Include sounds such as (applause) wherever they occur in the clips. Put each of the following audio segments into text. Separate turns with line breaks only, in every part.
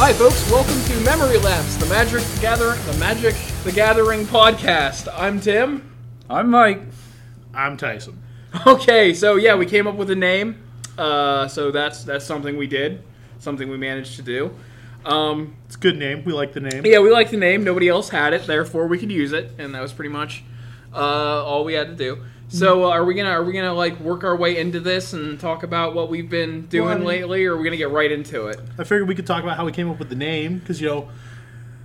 Hi, folks. Welcome to Memory Lapse, the Magic the Gathering, the Magic the Gathering podcast. I'm Tim.
I'm Mike.
I'm Tyson.
Okay, so yeah, we came up with a name. Uh, so that's that's something we did, something we managed to do. Um,
It's a good name. We like the name.
yeah, we liked the name. Nobody else had it, therefore we could use it, and that was pretty much uh, all we had to do. So uh, are we gonna are we gonna like work our way into this and talk about what we've been doing
Well, I mean-
lately, or are we gonna get right into it?
I figured we could talk about how we came up with the name because you know,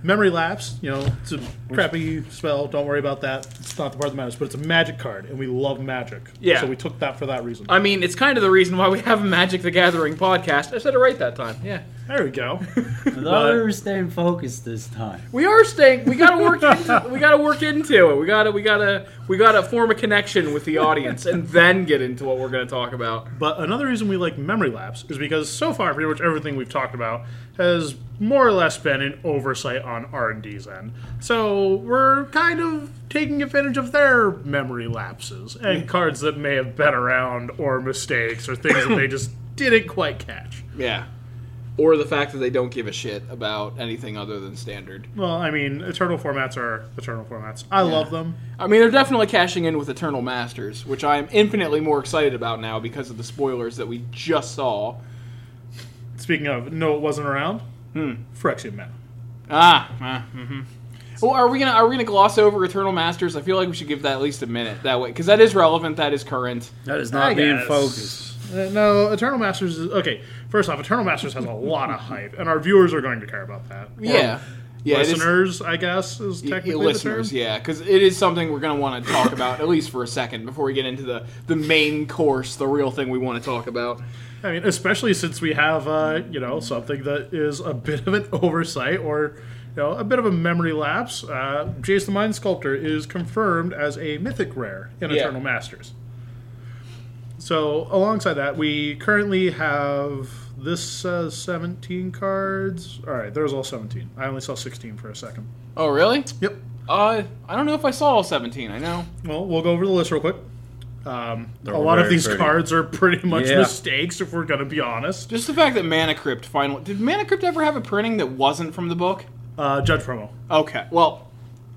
memory lapse. You know, it's a crappy spell. Don't worry about that. It's not the part that matters. But it's a magic card, and we love magic.
Yeah. Uh,
So we took that for that reason.
I mean, it's kind of the reason why we have a Magic the Gathering podcast. I said it right that time. Yeah.
there we go. (laughs)
Thought we were staying focused this time.
We are staying. We gotta work. Into, we gotta work into it. We gotta. We gotta. We gotta form a connection with the audience, and then get into what we're gonna talk about.
But another reason we like memory lapse is because so far, pretty much everything we've talked about has more or less been an oversight on R and D's end. So we're kind of taking advantage of their memory lapses and cards that may have been around or mistakes or things that they just didn't quite catch.
Yeah. Or the fact that they don't give a shit about anything other than standard.
Well, I mean, eternal formats are eternal formats. I love them.
I mean, they're definitely cashing in with Eternal Masters, which I am infinitely more excited about now because of the spoilers that we just saw.
Speaking of, no, it wasn't around. Hmm. Phyrexian mana.
Ah. ah mm-hmm. Well, are we gonna are we gonna gloss over Eternal Masters? I feel like we should give that at least a minute that way because that is relevant. That is current.
That is not
I
being
guess.
focused.
Uh, no, Eternal Masters is okay. First off, Eternal Masters has a lot of hype, and our viewers are going to care about that. Or
Yeah. Yeah, it is-
listeners, I guess, is
Y-
technically
listeners,
the term.
yeah, because it is something we're going to want to talk about at least for a second before we get into the the main course, the real thing we want to talk about.
I mean, especially since we have, uh, you know, something that is a bit of an (laughs) oversight or, you know, a bit of a memory lapse. Uh, Jace the Mind Sculptor is confirmed as a mythic rare in
Yeah.
Eternal Masters. So, alongside that, we currently have this uh, 17 cards. All right, there's all 17. I only saw 16 for a second.
Oh, really?
Yep.
Uh, I don't know if I saw all seventeen. I know.
Well, we'll go over the list real quick. Um, a
all
lot of
very
these
pretty.
cards are pretty much
Yeah.
mistakes, if we're going to be honest.
Just the fact that Mana Crypt finally did Mana Crypt ever have a printing that wasn't from the book?
Uh, Judge promo.
Okay, well,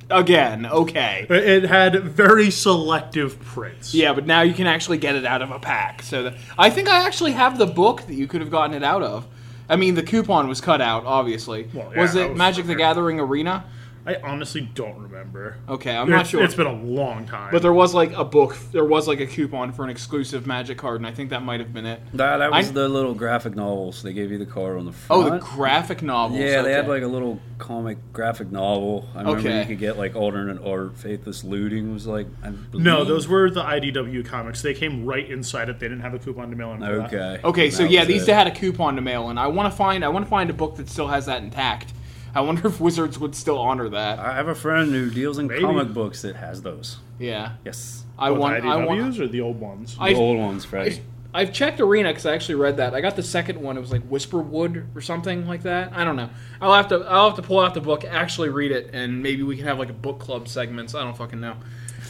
again, okay,
It it had very selective prints.
yeah, but now you can actually get it out of a pack. So that, I think I actually have the book that you could have gotten it out of. I mean, the coupon was cut out, obviously.
Well, yeah,
was
that
it
was
Magic the
fair.
Gathering Arena?
I honestly don't remember.
Okay, I'm
It's-
not sure.
It's been a long time.
But there was like a book, there was like a coupon for an exclusive Magic card, and I think that might have been it.
That, that was
I-
the little graphic novels. They gave you the card on the front.
Oh, the graphic novels.
yeah, they had
okay.
like a little comic graphic novel. I remember
Okay.
you could get like alternate art. Faithless Looting was like. I
no,
believe-
those were the IDW comics. They came right inside it. They didn't have a coupon to mail in. for that.
Okay.
Okay,
And
so
that
yeah,
was
these
it.
had a coupon to mail, and I want to find I want to find a book that still has that intact. I wonder (laughs) if Wizards would still honor that.
I have a friend who deals in
Maybe.
comic books that has those.
Yeah,
Yes.
I
Both
want. I want.
IDWs or the old ones?
The
I,
old ones, Freddie.
I've checked Arena because I actually read that. I got the second one. It was like Whisperwood or something like that. I don't know. I'll have to. I'll have to pull out the book, actually read it, and maybe we can have like a book club segments. I don't fucking know.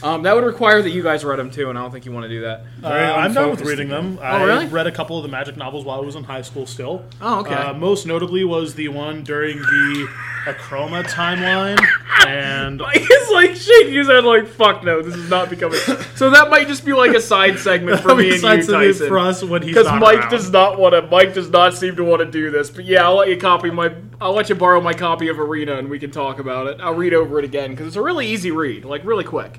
Um, that would require that you guys read them too, and I don't think you want to do that.
Uh, I'm done with
unfocused
reading them.
Oh,
I
really?
read a couple of the magic novels while I was in high school still.
Oh, okay.
Uh, most notably was the one during the Achroma timeline.
(laughs)
And
He's like shaking his head, like "fuck no, this is not
(laughs)
becoming." (laughs) so that might just be like a side segment for me and you,
besides the news
Tyson.
for us when he's
Because
not
Mike
around.
does not want to. Mike does not seem to want to do this. But yeah, I'll let you copy my. I'll let you borrow my copy of Arena, and we can talk about it. I'll read over it again because it's a really easy read, like really quick.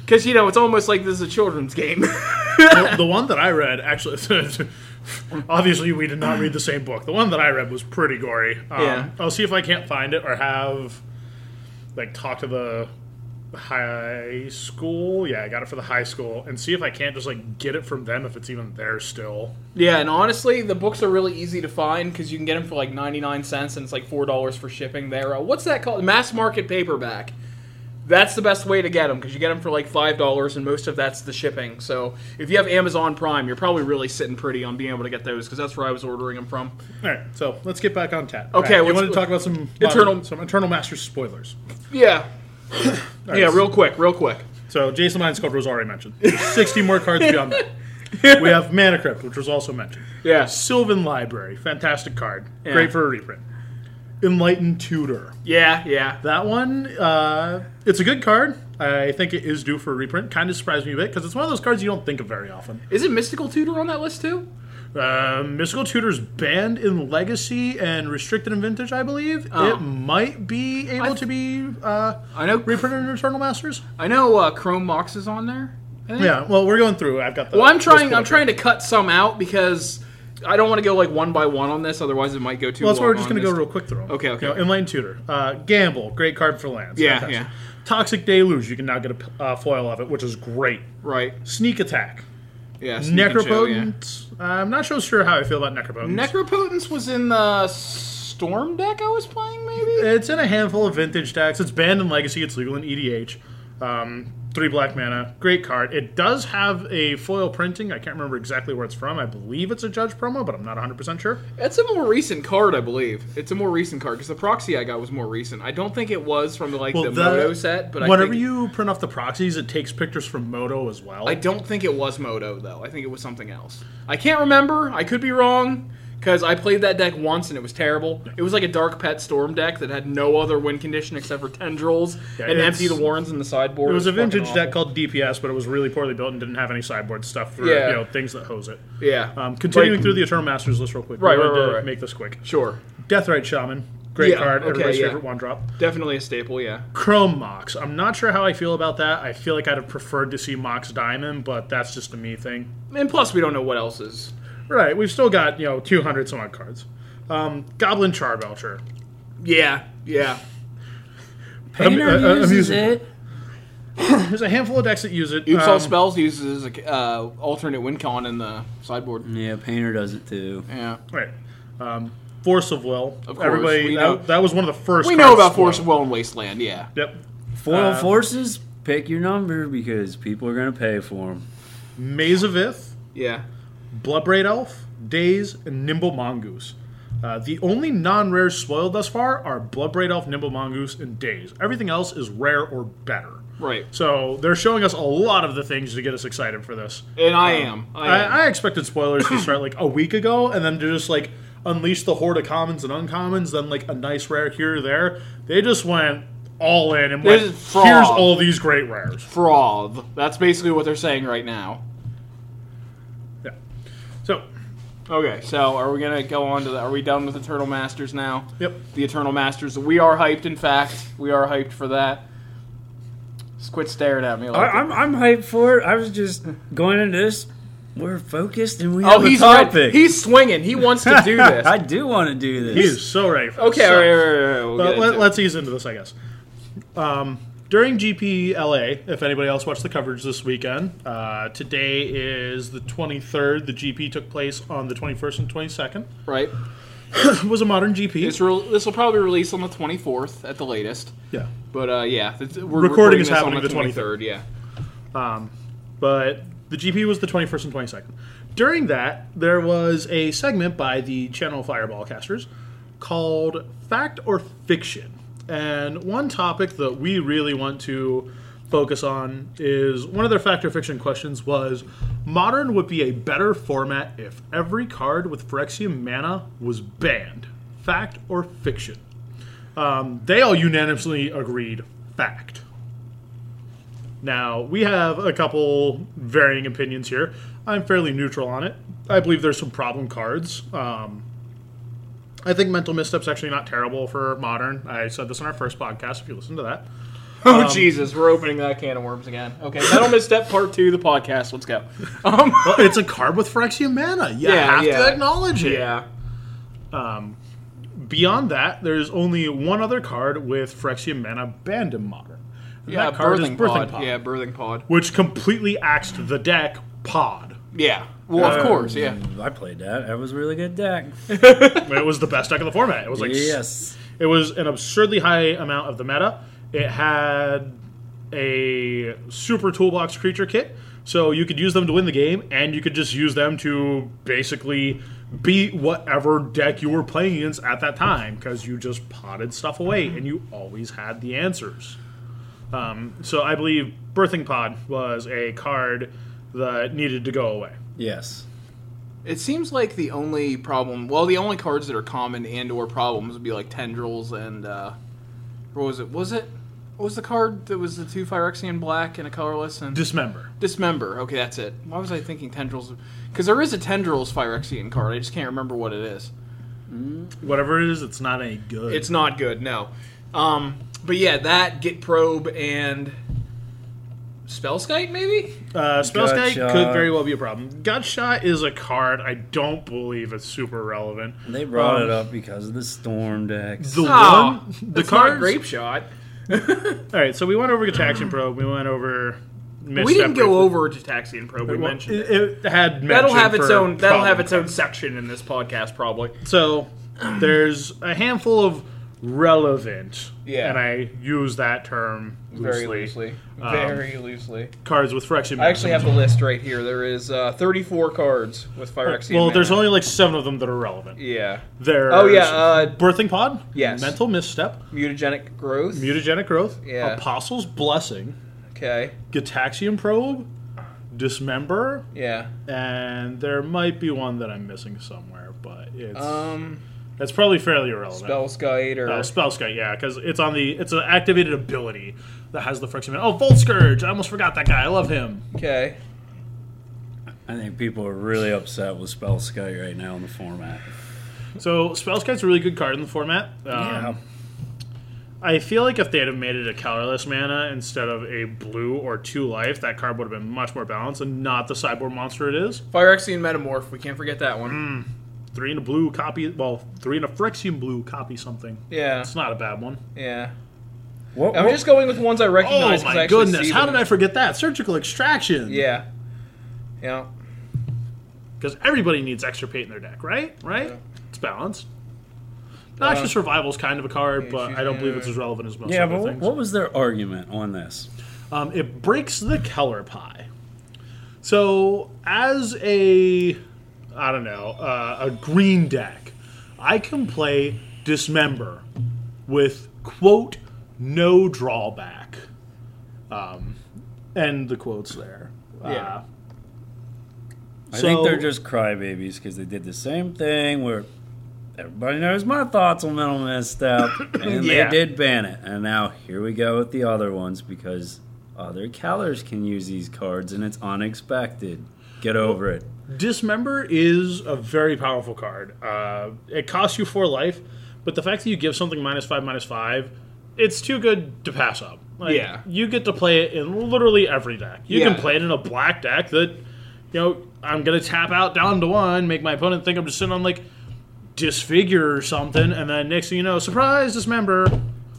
Because you know, it's almost like this is a children's game. (laughs)
the, the one that I read, actually, (laughs) obviously we did not read the same book. The one that I read was pretty gory. Um,
Yeah.
I'll see if I can't find it or have like talk to the high school. Yeah, I got it for the high school and see if I can't just like get it from them if it's even there still.
yeah, and honestly, the books are really easy to find because you can get them for like ninety nine cents, and it's like four dollars for shipping. There, uh, what's that called? Mass market paperback. That's the best way to get them because you get them for like five dollars, and most of that's the shipping. So if you have Amazon Prime, you're probably really sitting pretty on being able to get those because that's where I was ordering them from.
All right, so let's get back on tat.
Okay,
we
let's-
wanted to talk about some
(laughs)
uh,
Eternal-
some Eternal Master spoilers.
Yeah. (coughs)
All right,
Yeah, real quick, real quick.
So Jason Mind Sculptor was already
(laughs)
mentioned. There's 60 more cards beyond that. We have Mana Crypt, which was also mentioned.
Yes.
Sylvan Library, fantastic card,
Yeah.
great for a reprint. Enlightened Tutor.
Yeah, yeah.
That one, uh, it's a good card. I think it is due for a reprint. Kind of surprised me a bit because it's one of those cards you don't think of very often.
Is it Mystical Tutor on that list too?
Uh, Mystical Tutor's banned in Legacy and restricted in Vintage, I believe.
Oh.
It might be
I-
able to be uh,
I know.
reprinted in Eternal Masters.
I know. Uh, Chrome Mox is on there. I think.
Yeah, well, we're going through. I've got the.
Hmm. Well, I'm
this
trying.
pulled
I'm
up here.
trying to cut some out because I don't want to go like one by one on this. Otherwise, it might go too.
Well, that's why
long
we're
on
just going to go
this.
real quick through them.
Okay, okay.
You know, inline tutor, uh, gamble, great card for lands.
Yeah,
Fantastic.
yeah.
Toxic deluge, you can now get a p- uh, foil of it, which is great.
Right.
Sneak attack,
Yeah. sneak and show, yeah.
necropotent. I'm not so sure how I feel about necropotent.
Necropotence was in the Storm deck I was playing, maybe?
it's in a handful of vintage decks. It's banned in Legacy. It's legal in EDH. Um, three black mana, great card. It does have a foil printing. I can't remember exactly where it's from. I believe it's a Judge promo, but I'm not 100 percent sure.
It's a more recent card, I believe. It's a more recent card because the proxy I got was more recent. I don't think it was from like the
that-
Moto set, but I
whenever
think,
you print off the proxies, it takes pictures from Moto as well.
I don't think it was Moto though. I think it was something else. I can't remember. I could be wrong because I played that deck once and it was terrible. It was like a dark pet storm deck that had no other win condition except for tendrils
Yeah,
and
it's-
empty the warrens in the sideboard.
It was a
fucking
vintage deck
awful.
called DPS, but it was really poorly built and didn't have any sideboard stuff for
Yeah.
you know things that hose it.
Yeah.
Um, continuing through the Eternal Masters list real quick. We
Right, right,
wanted
right,
to
right.
Make this quick.
sure.
Deathrite Shaman, great
Yeah,
card.
okay,
Everybody's
yeah.
favorite one drop.
Definitely a staple, yeah.
Chrome Mox. I'm not sure how I feel about that. I feel like I'd have preferred to see Mox Diamond, but that's just a me thing.
And plus, we don't know what else is.
Right. We've still got you know 200 some odd cards. Um, Goblin Charbelcher.
Yeah, yeah.
Painter
uh, uh,
uses
amusing.
it.
(laughs) There's a handful of decks that use it.
Oops, all
Um,
spells uses a uh, alternate win con in the sideboard.
Yeah, Painter does it too.
Yeah,
right. Um, Force of Will.
Of course,
Everybody.
we
that,
know-
that was one of the first.
we
cards
know about
spoiled.
Force of Will and Wasteland. Yeah,
Yep.
Foil forces, pick your number because people are gonna pay for them.
Maze of Ith.
yeah.
Bloodbraid Elf, Daze, and Nimble Mongoose. Uh, the only non-rares spoiled thus far are Bloodbraid Elf, Nimble Mongoose, and Daze. Everything else is rare or better.
Right.
So they're showing us a lot of the things to get us excited for this.
And I am. Um, I am.
I, I expected spoilers to start like a week ago, and then to just like unleash the horde of commons and uncommons, then like a nice rare here or there. They just went all in and went,
This is fraud.
here's all these great rares.
Froth. That's basically what they're saying right now.
Yeah. So,
Okay, so are we gonna go on to the? Are we done with Eternal Masters now?
yep.
The Eternal Masters. We are hyped. In fact, we are hyped for that. Just quit staring at me.
I,
Like
I'm I'm hyped for it. I was just going into this. We're focused and we
oh,
have a
he's
topic.
ready. he's swinging. He wants to do this.
I do want to do this.
He is so ready. For
okay,
this.
all right, all right, all right, all right, we'll
But
get
let,
into it.
let's ease into this, I guess. Um, during GPLA, if anybody else watched the coverage this weekend, uh, today is the 23rd. The GP took place on the 21st and 22nd.
right.
(coughs) It was a modern GP.
This re- this will probably release on the 24th at the latest.
yeah.
But uh, yeah, th- we're recording,
Recording is
this
happening
on the
the
23rd. Yeah,
But the GP was the 21st and 22nd. During that, there was a segment by the channel Fireball casters called Fact or Fiction. And one topic that we really want to focus on is one of their fact or fiction questions was modern would be a better format if every card with Phyrexian mana was banned. Fact or fiction? Um, they all unanimously agreed fact. Now, we have a couple varying opinions here. I'm fairly neutral on it. I believe there's some problem cards. Um, I think Mental Misstep's actually not terrible for modern. I said this on our first podcast, if you listen to that.
Oh Jesus, we're opening that can of worms again. Okay, Metal Misstep Part Two, the podcast. Let's go. (laughs) Um,
Well, Oh, it's a card with Phyrexian mana. You
Yeah,
have
yeah.
to acknowledge it.
yeah,
Beyond that, there's only one other card with Phyrexian mana banned in modern. And
yeah,
that card
birthing,
is Birthing
pod.
Pod,
Yeah, birthing pod.
which completely axed the deck Pod.
Yeah, well,
Um,
of course, yeah.
I played that. That was a really good deck.
It was the best deck of the format. It was like
yes.
It was an absurdly high amount of the meta. It had a super toolbox creature kit, so you could use them to win the game, and you could just use them to basically beat whatever deck you were playing against at that time because you just potted stuff away and you always had the answers. Um, so I believe Birthing Pod was a card that needed to go away.
Yes.
It seems like the only problem, well, the only cards that are common and/or problems would be like tendrils and uh, what was it? Was it what was the card that was the two Phyrexian black and a colorless and
Dismember.
dismember? Okay, that's it. Why was I thinking tendrils? Because there is a tendrils Phyrexian card. I just can't remember what it is.
Whatever it is, it's not any good.
It's not good. No. Um, but yeah, that get probe and spellskite maybe.
Uh, Spellskite
Gotcha.
could very well be a problem. Gutshot is a card. I don't believe it's super relevant.
They brought
Um,
it up because of the storm decks.
The
Oh,
one, the
That's not
card.
grape shot.
All right, so we went over Gataxian Probe. We went over.
We didn't go
over.
over to taxi and probe. We mentioned it.
It, it had
That'll
mention
have its
for
own. That'll have
problem.
its own section in this podcast, probably.
So there's a handful of relevant,
Yeah.
and I use that term loosely. Um,
Very loosely.
Cards with Phyrexian.
I actually have the list right here. There is uh, 34 cards with Phyrexian.
Oh, Well, there's
mana.
only like seven of them that are relevant.
Yeah.
There's
Oh, yeah, uh,
birthing pod.
Yes.
mental misstep,
Mutagenic growth.
mutagenic growth,
Yeah.
apostles blessing,
okay.
Gataxian probe, dismember,
Yeah.
and there might be one that I'm missing somewhere, but it's
Um.
it's probably fairly irrelevant.
Spellskite or.
Oh, Spellskite, yeah, because it's on the it's an activated ability that has the friction. Oh, Volt Scourge! I almost forgot that guy. I love him.
okay.
I think people are really upset with Spellskite right now in the format.
So Spellskite's a really good card in the format. Um,
Yeah.
I feel like if they'd have made it a colorless mana instead of a blue or two life, that card would have been much more balanced and not the cyborg monster it is.
Phyrexian metamorph. We can't forget that one.
Mm. Three in a blue copy, well, three in a Phyrexian blue copy something.
Yeah.
It's not a bad one.
Yeah.
What,
I'm
what-
just going with ones I recognize.
Oh
'cause I
my
actually
goodness!
see
How
them.
did I forget that? Surgical extraction.
Yeah. Yeah.
because everybody needs extirpate in their deck, right? Right? It's balanced. Noxious Survival's kind of a card, but I don't believe it's as relevant as most
yeah,
other
but what,
things.
what was their argument on this?
Um, it breaks the color pie. So, as a, I don't know, uh, a green deck, I can play Dismember with quote no drawback, um, and the quotes there.
Yeah.
Uh,
I think they're
so-
just crybabies because they did the same thing where everybody knows my thoughts on mental misstep,
(coughs)
and
Yeah.
they did ban it. And now here we go with the other ones because other colors can use these cards, and it's unexpected. Get over it.
Dismember is a very powerful card. Uh, it costs you four life, but the fact that you give something minus five, minus five, it's too good to pass up. Like,
Yeah.
You get to play it in literally every deck. You
Yeah.
can play it in a black deck that, you know, I'm going to tap out down to one, make my opponent think I'm just sitting on, like, disfigure or something, and then next thing you know, surprise, dismember.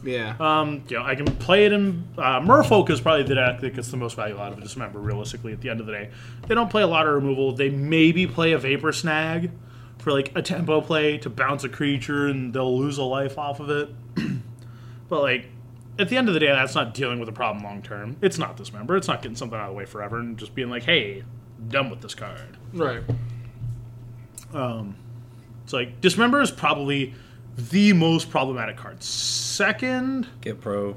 Yeah.
Um, you know, I can play it in uh, Merfolk is probably the deck that gets the most value out of a Dismember. Realistically, at the end of the day, they don't play a lot of removal. They maybe play a Vapor Snag for like a tempo play to bounce a creature, and they'll lose a life off of it. (clears throat) but like at the end of the day, that's not dealing with a problem long term. It's not Dismember. It's not getting something out of the way forever and just being like, hey, done with this card.
right.
It's like Dismember is probably the most problematic card. Second.
Get pro.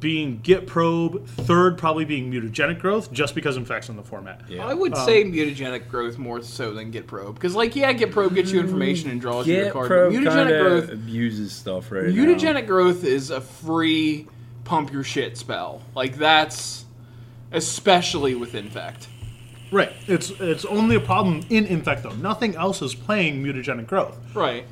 being Git Probe, third probably being Mutagenic Growth, just because Infect's in the format.
Yeah.
I would say mutagenic growth more so than get probe because, like, yeah, get probe gets you information and draws you a
Get
card.
pro.
but mutagenic
kinda
growth,
abuses stuff right now.
mutagenic growth is a free pump your shit spell. Like that's especially with infect.
Right. It's it's only a problem in Infect though. Nothing else is playing Mutagenic Growth.
Right.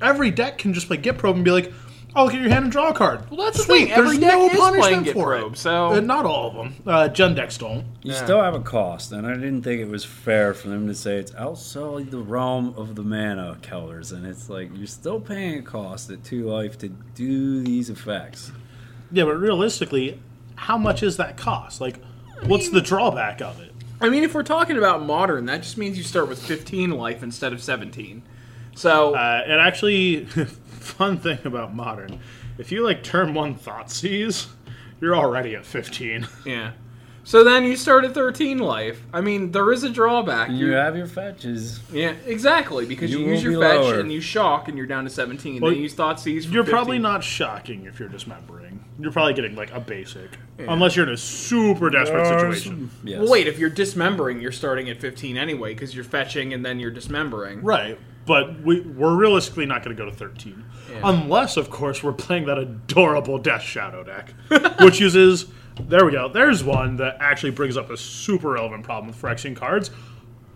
Every deck can just play Git Probe and be like, "Oh, look at your hand and draw a card."
Well, that's the
Sweet.
thing. Every
There's
deck
no
is
punishment
playing Git
for
Probe,
it.
so-
Uh, not all of them. Uh, Gen decks don't.
You
Yeah.
still have a cost, and I didn't think it was fair for them to say it's outside the realm of the mana colors, and it's like you're still paying a cost at two life to do these effects.
Yeah, but realistically, how much is that cost? Like, what's the drawback of it?
I mean, if we're talking about modern, that just means you start with 15 life instead of 17. So
Uh, and actually, (laughs) fun thing about modern, if you like turn one thought seize, you're already at 15.
yeah. So then you start at 13 life. I mean, there is a drawback.
You
Mm.
have your fetches.
Yeah, exactly. Because you,
You
use
will
your
be
fetch
lower.
and you shock, and you're down to 17.
Well,
then you use thought seize. For
You're probably
15.
not shocking if you're dismembering. You're probably getting like a basic, unless you're in a super desperate situation.
Yes.
Well, wait, if you're dismembering, you're starting at 15 anyway because you're fetching and then you're dismembering.
Right. But we, we're realistically not going to go to 13. Unless, of course, we're playing that adorable Death Shadow deck, (laughs) which uses. There we go. There's one that actually brings up a super relevant problem with Phyrexian cards.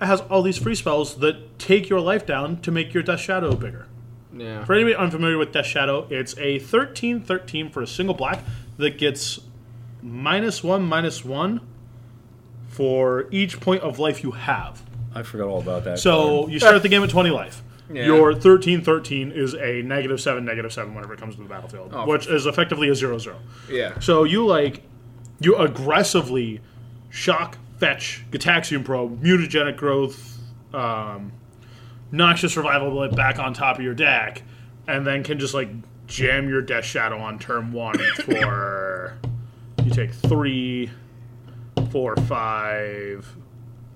It has all these free spells that take your life down to make your Death Shadow bigger.
Yeah.
For anybody unfamiliar with Death Shadow, it's a 13 13 for a single black that gets minus one, minus one for each point of life you have.
I forgot all about that.
So
card.
you start the game at 20 life.
Yeah.
Your 13 13 is a negative 7, negative 7 whenever it comes to the battlefield,
Oh,
which is effectively a 0 0.
Yeah.
So you like, you aggressively shock, fetch, Gataxian Probe, mutagenic growth, um, noxious revival bullet back on top of your deck, and then can just like jam your Death Shadow on turn one (coughs) for. You take three, four, five,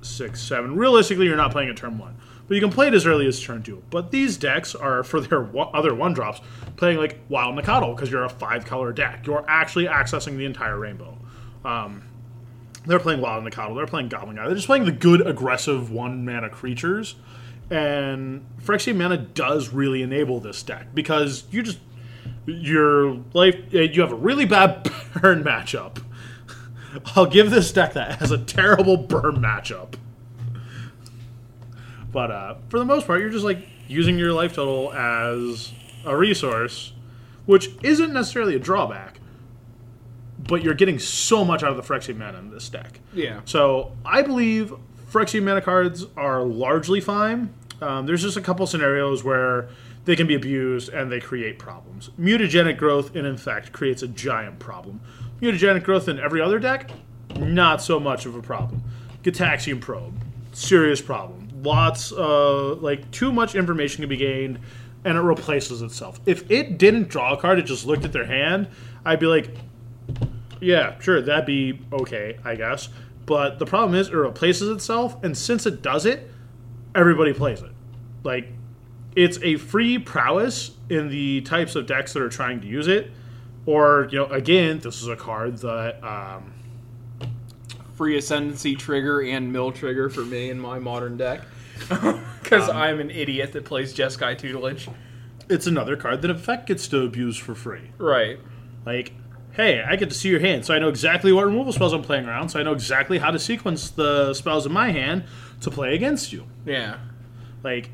six, seven. Realistically, you're not playing it turn one, but you can play it as early as turn two. But these decks are (laughs) for their wa- other one drops playing like Wild Mikado because you're a five color deck. You're actually accessing the entire rainbow. Um, they're playing Wild Mikado. They're playing Goblin Guy. They're just playing the good aggressive one mana creatures, and Phyrexian mana does really enable this deck because you just your life uh, you have a really bad (laughs) burn matchup. I'll give this deck that has a terrible burn matchup. But uh, for the most part, you're just like using your life total as a resource, which isn't necessarily a drawback, but you're getting so much out of the Phyrexian mana in this deck.
Yeah.
So I believe Phyrexian mana cards are largely fine. Um, there's just a couple scenarios where they can be abused and they create problems. Mutagenic growth in Infect creates a giant problem. Mutagenic growth in every other deck, not so much of a problem. Gataxian Probe, serious problem. Lots of, like, too much information can be gained and it replaces itself. If it didn't draw a card, it just looked at their hand, I'd be like, yeah, sure, that'd be okay, I guess. But the problem is, it replaces itself, and since it does it, everybody plays it. Like, it's a free prowess in the types of decks that are trying to use it. Or, you know, again, this is a card that um,
Free ascendancy trigger and mill trigger for me in my modern (laughs) deck. Because I'm an idiot that plays Jeskai tutelage.
it's another card that, in fact, gets to abuse for free.
Right.
Like, hey, I get to see your hand, so I know exactly what removal spells I'm playing around, so I know exactly how to sequence the spells in my hand to play against you.
Yeah.
like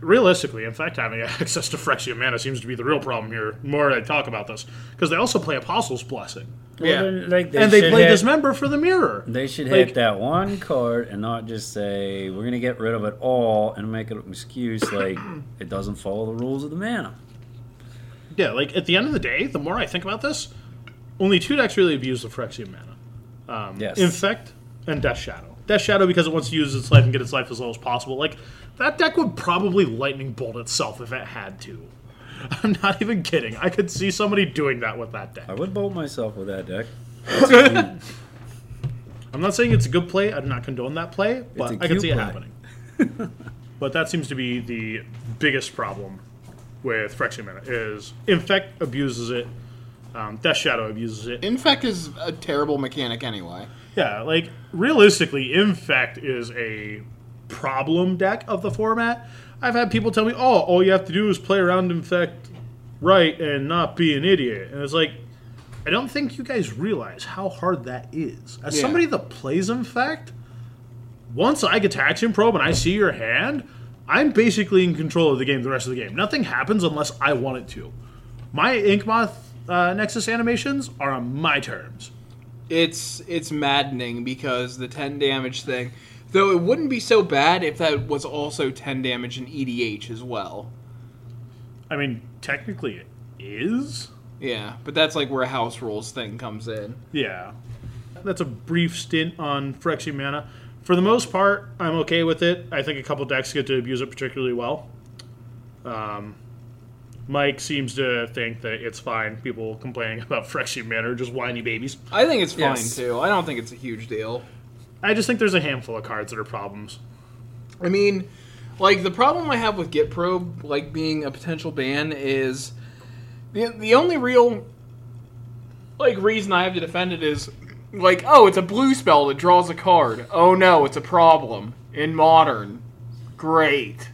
realistically in fact having (laughs) access to Phyrexian mana seems to be the real problem here more i talk about this because they also play apostle's blessing
yeah.
Well, like,
and they
should
play
hit,
dismember for the mirror
They should
like-
hit that one card and not just say we're gonna get rid of it all and make it an excuse
(clears throat)
like it doesn't follow the rules of the mana.
yeah like at the end of the day the more i think about this only two decks really abuse the Phyrexian mana Um,
Yes.
infect and death shadow death shadow because it wants to use its life and get its life as low as possible like that deck would probably lightning bolt itself if it had to (laughs) i'm not even kidding i could see somebody doing that with that deck
I would bolt myself with that deck.
I'm not saying it's a good play. I'm not condoning that play, but
a
I can
cute
see it
play.
happening. (laughs) but that seems to be the biggest problem with Phyrexian Mana is Infect abuses it, um, Death Shadow abuses it.
Infect is a terrible mechanic anyway.
Yeah, like realistically, Infect is a problem deck of the format. I've had people tell me, "Oh, all you have to do is play around Infect right and not be an idiot," and it's like. I don't think you guys realize how hard that is. As
Yeah.
somebody that plays Infect, once I get Taxian Probe and I see your hand, I'm basically in control of the game the rest of the game. Nothing happens unless I want it to. My Ink Moth uh, Nexus animations are on my terms.
It's it's maddening because the 10 damage thing, though it wouldn't be so bad if that was also 10 damage in EDH as well.
I mean, technically it is.
Yeah, but that's like where a house rules thing comes in.
Yeah. That's a brief stint on Phyrexian mana. For the most part, I'm okay with it. I think a couple decks get to abuse it particularly well. Um, Mike seems to think that it's fine. People complaining (laughs) about Phyrexian mana are just whiny babies.
I think it's fine
Yes.
too. I don't think it's a huge deal.
I just think there's a handful of cards that are problems.
I mean, like the problem I have with GitProbe, like being a potential ban, is the the only real like reason I have to defend it is like, oh, it's a blue spell that draws a card. Oh no, it's a problem in modern. Great.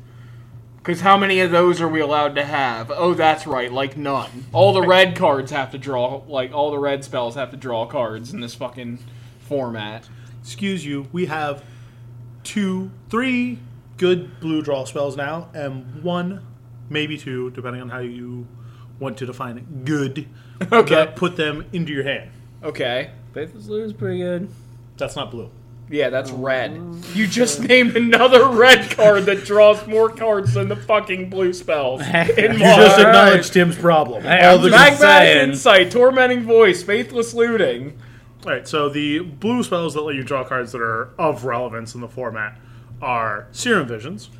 Because how many of those are we allowed to have? Oh, that's right, like none. All the red cards have to draw, like, all the red spells have to draw cards in this fucking format.
excuse you, we have two, three good blue draw spells now, and one, maybe two, depending on how you want to define
(laughs)
it, good.
(laughs) Okay.
That put them into your hand.
Okay.
Faithless Loot is pretty
(laughs)
good.
That's not blue.
Yeah, that's red. You just named another red card that draws more cards than the fucking blue spells. In
You
modern.
You just
right.
acknowledged Tim's problem.
Hey,
All
I'm
the-
back.
Magmatic
just saying.
Insight, Tormenting Voice, Faithless Looting.
All right, so the blue spells that let you draw cards that are of relevance in the format are Serum Visions.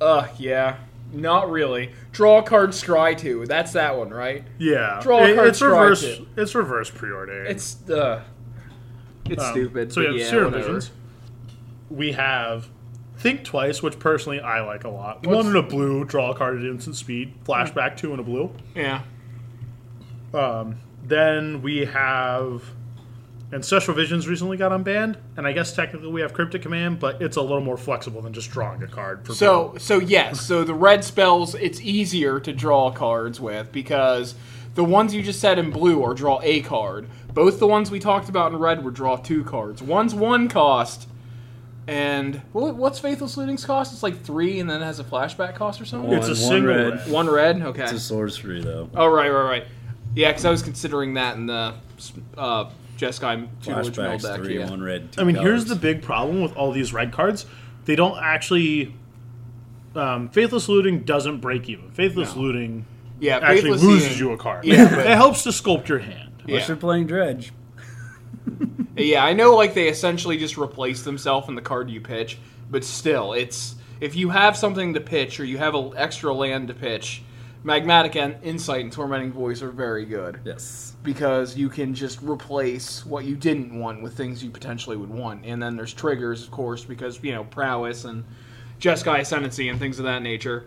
Ugh, yeah. Not really. Draw a card, scry two. That's that one, right?
Yeah,
Draw a card,
it's
strike
reverse.
it.
It's reverse preordating.
It's uh, it's
Um,
stupid.
So we
but
have
yeah,
Serum
whatever.
Visions. We have Think Twice, which personally I like a
What's-
lot.
Hmm.
One in a blue, draw a card at instant speed, flashback, two in a blue.
Yeah.
Then we have Ancestral Visions recently got unbanned, and I guess technically we have Cryptic Command, but it's a little more flexible than just drawing a card. For
So so yes, so the red spells it's easier to draw cards with because the ones you just said in blue are draw a card. Both the ones we talked about in red were draw two cards. One's one cost, and what, what's Faithless Looting's cost? It's like three, and then it has a flashback cost or something.
One,
It's a
one
single
red.
red.
One red. Okay.
It's a sorcery though.
Oh right, right, right. Yeah, because I was considering that in the uh, Jeskai two Village Mill
Flashbacks
deck.
three,
yeah.
one red. Two
I mean, here's
colors.
the big problem with all these red cards. They don't actually. Um, Faithless Looting doesn't break even. Faithless Looting
yeah,
actually
Faithless
loses
Looting-
you a card.
Yeah, but-
(laughs) it helps to sculpt your hand.
Unless
Yeah.
you're playing dredge.
yeah, I know. Like they essentially just replace themselves in the card you pitch, but still, it's if you have something to pitch or you have an extra land to pitch, Magmatic and Insight and Tormenting Voice are very good
Yes.
because you can just replace what you didn't want with things you potentially would want. And then there's triggers, of course, because you know prowess and Jeskai ascendancy and things of that nature.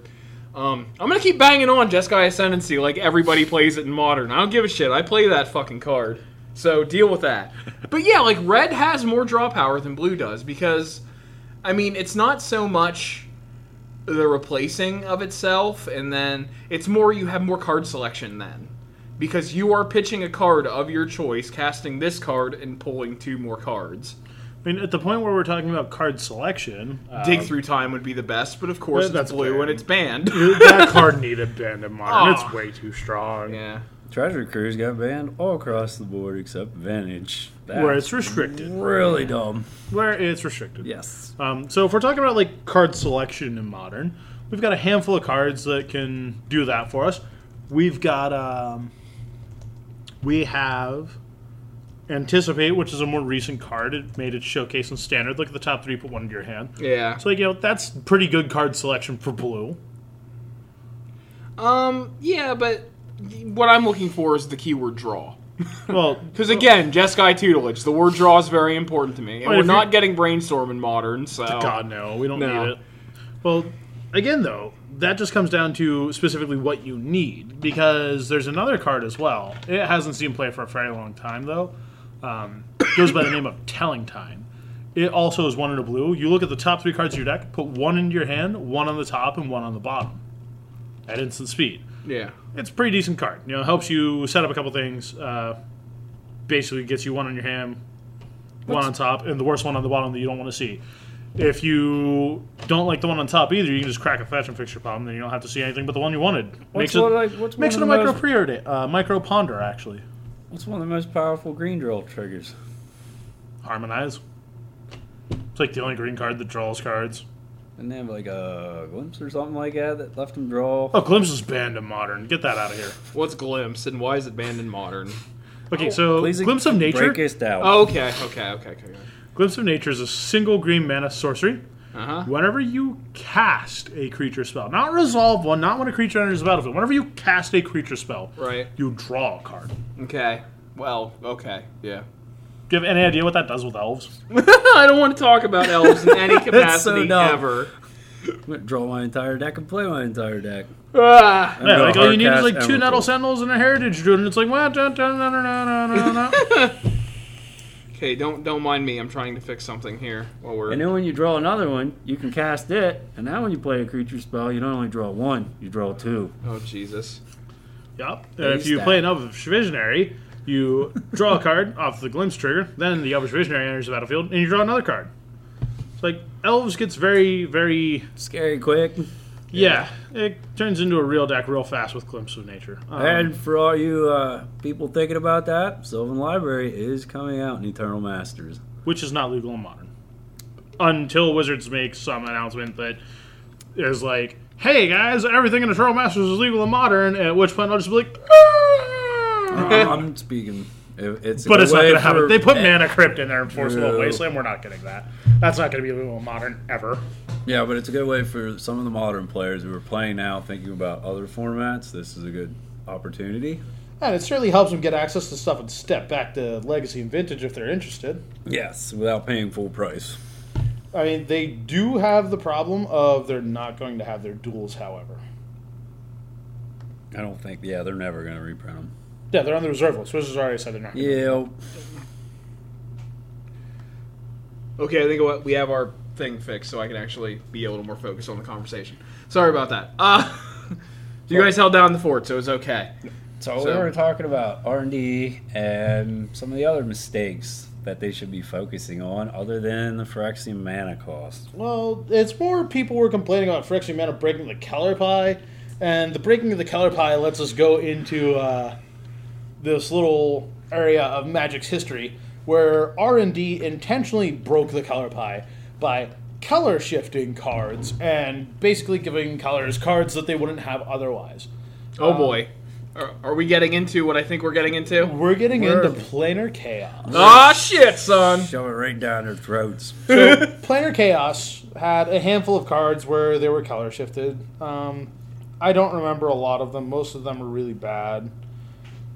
Um, I'm gonna keep banging on Jeskai ascendancy like everybody plays it in modern. I don't give a shit. I play that fucking card, so deal with that. But yeah, like red has more draw power than blue does because, I mean, it's not so much the replacing of itself, and then it's more you have more card selection then. Because you are pitching a card of your choice, casting this card, and pulling two more cards.
I mean, at the point where we're talking about card selection, uh,
Dig through time would be the best, but of course
Yeah,
it's
that's
blue
fair.
and it's banned. (laughs)
(laughs) that card needed banned in modern.
Aw.
It's way too strong.
yeah.
Treasure Cruise got banned all across the board except Vantage. That's
Where it's restricted.
really dumb.
Where it's restricted.
Yes.
Um, so if we're talking about like card selection in modern, we've got a handful of cards that can do that for us. We've got um, we have anticipate, which is a more recent card. It made its showcase in standard. Look at the top three, put one into your hand.
Yeah.
So like you know that's pretty good card selection for blue.
Um, yeah, but what I'm looking for is the keyword draw.
Well,
Because again, Jeskai tutelage, the word draw is very important to me. And
Well,
we're
if you-
not getting brainstorm in modern, so.
God no, we don't
No.
need it. Well, again though, that just comes down to specifically what you need because there's another card as well. It hasn't seen play for a very long time though. Um, (coughs) goes by the name of Telling Time. It also is one in a blue. You look at the top three cards of your deck, put one into your hand, one on the top, and one on the bottom at instant speed.
Yeah.
It's a pretty decent card. You know, helps you set up a couple things. Uh, basically, gets you one on your hand, one on top, and the worst one on the bottom that you don't want to see. If you don't like the one on top either, you can just crack a fetch and fix your problem. Then you don't have to see anything but the one you wanted. makes it
one of the- what's uh,
makes it
one
a
of the
micro
most-
priority, uh, micro ponder actually.
What's one of the most powerful green drill triggers?
Harmonize. It's like the only green card that draws cards.
Didn't they have like a glimpse or something like that that left him draw?
Oh, Glimpse is banned in modern. Get that out of here.
What's Glimpse, and why is it banned in modern?
Okay, so Glimpse of Nature.
Oh, Break us down.
Oh, okay, okay, okay, okay.
Glimpse of Nature is a single green mana sorcery.
Uh huh.
Whenever you cast a creature spell, not resolve one, not when a creature enters the battlefield, whenever you cast a creature spell,
Right.
you draw a card. Do
Okay. Well, okay, yeah.
you have any idea what that does with elves?
(laughs) I don't want to talk about elves in any capacity
so dumb.
ever.
I'm gonna draw my entire deck and play my entire deck.
Ah,
I'm
Yeah,
gonna
like all you need is
hardcast
like two
Emerald
Nettle
Tool.
Sentinels and a Heritage Druid, and it's like, well, dun, dun, dun, dun, dun, dun, dun,
(laughs)
dun.
okay, don't don't mind me. I'm trying to fix something here while we're.
And then when you draw another one, you can cast it. And now when you play a creature spell, you don't only draw one, you draw two.
Oh Jesus!
Yup. And if
Use
you
that.
play enough of Visionary, you draw a card off the Glimpse trigger, then the Elvish Visionary enters the battlefield, and you draw another card. It's like, Elves gets very, very.
Scary quick.
Yeah, it turns into a real deck real fast with Glimpse of Nature. Um,
And for all you uh, people thinking about that, Sylvan Library is coming out in Eternal Masters.
which is not legal in modern until wizards make some announcement that is like hey guys everything in eternal masters is legal in modern at which point i'll just be like "Ah."
I'm, Um, I'm speaking. it- It's a
but
good
it's not
way
gonna happen
for-
they put mana crypt in there in forcible
No.
wasteland we're not getting that that's not gonna be legal in modern ever
Yeah, but it's a good way for some of the modern players who are playing now, thinking about other formats. This is a good opportunity.
and it certainly helps them get access to stuff and step back to legacy and vintage if they're interested
Yes, without paying full price.
I mean, they do have the problem of they're not going to have their duels, however.
I don't think. Yeah, they're never going to reprint them.
Yeah, they're on the reserve list. Wizards already said they're not. gonna-
Yeah,
Okay, I think we have our thing fixed, so I can actually be a little more focused on the conversation. Sorry about that. Uh, (laughs) you guys held down the fort, so it's okay.
So,
So-
we were talking about R and D and some of the other mistakes that they should be focusing on, other than the Phyrexian mana cost.
Well, it's more people were complaining about Friction Man of breaking the color pie, and the breaking of the color pie lets us go into uh, this little area of Magic's history where R and D intentionally broke the color pie by color shifting cards and basically giving colors cards that they wouldn't have otherwise.
Oh boy, are, are we getting into what I think we're getting into?
We're getting
We're-
into planar chaos.
Ah shit, son.
Shove it right down their throats.
So, Planar Chaos had a handful of cards where they were color shifted. Um, I don't remember a lot of them. Most of them were really bad.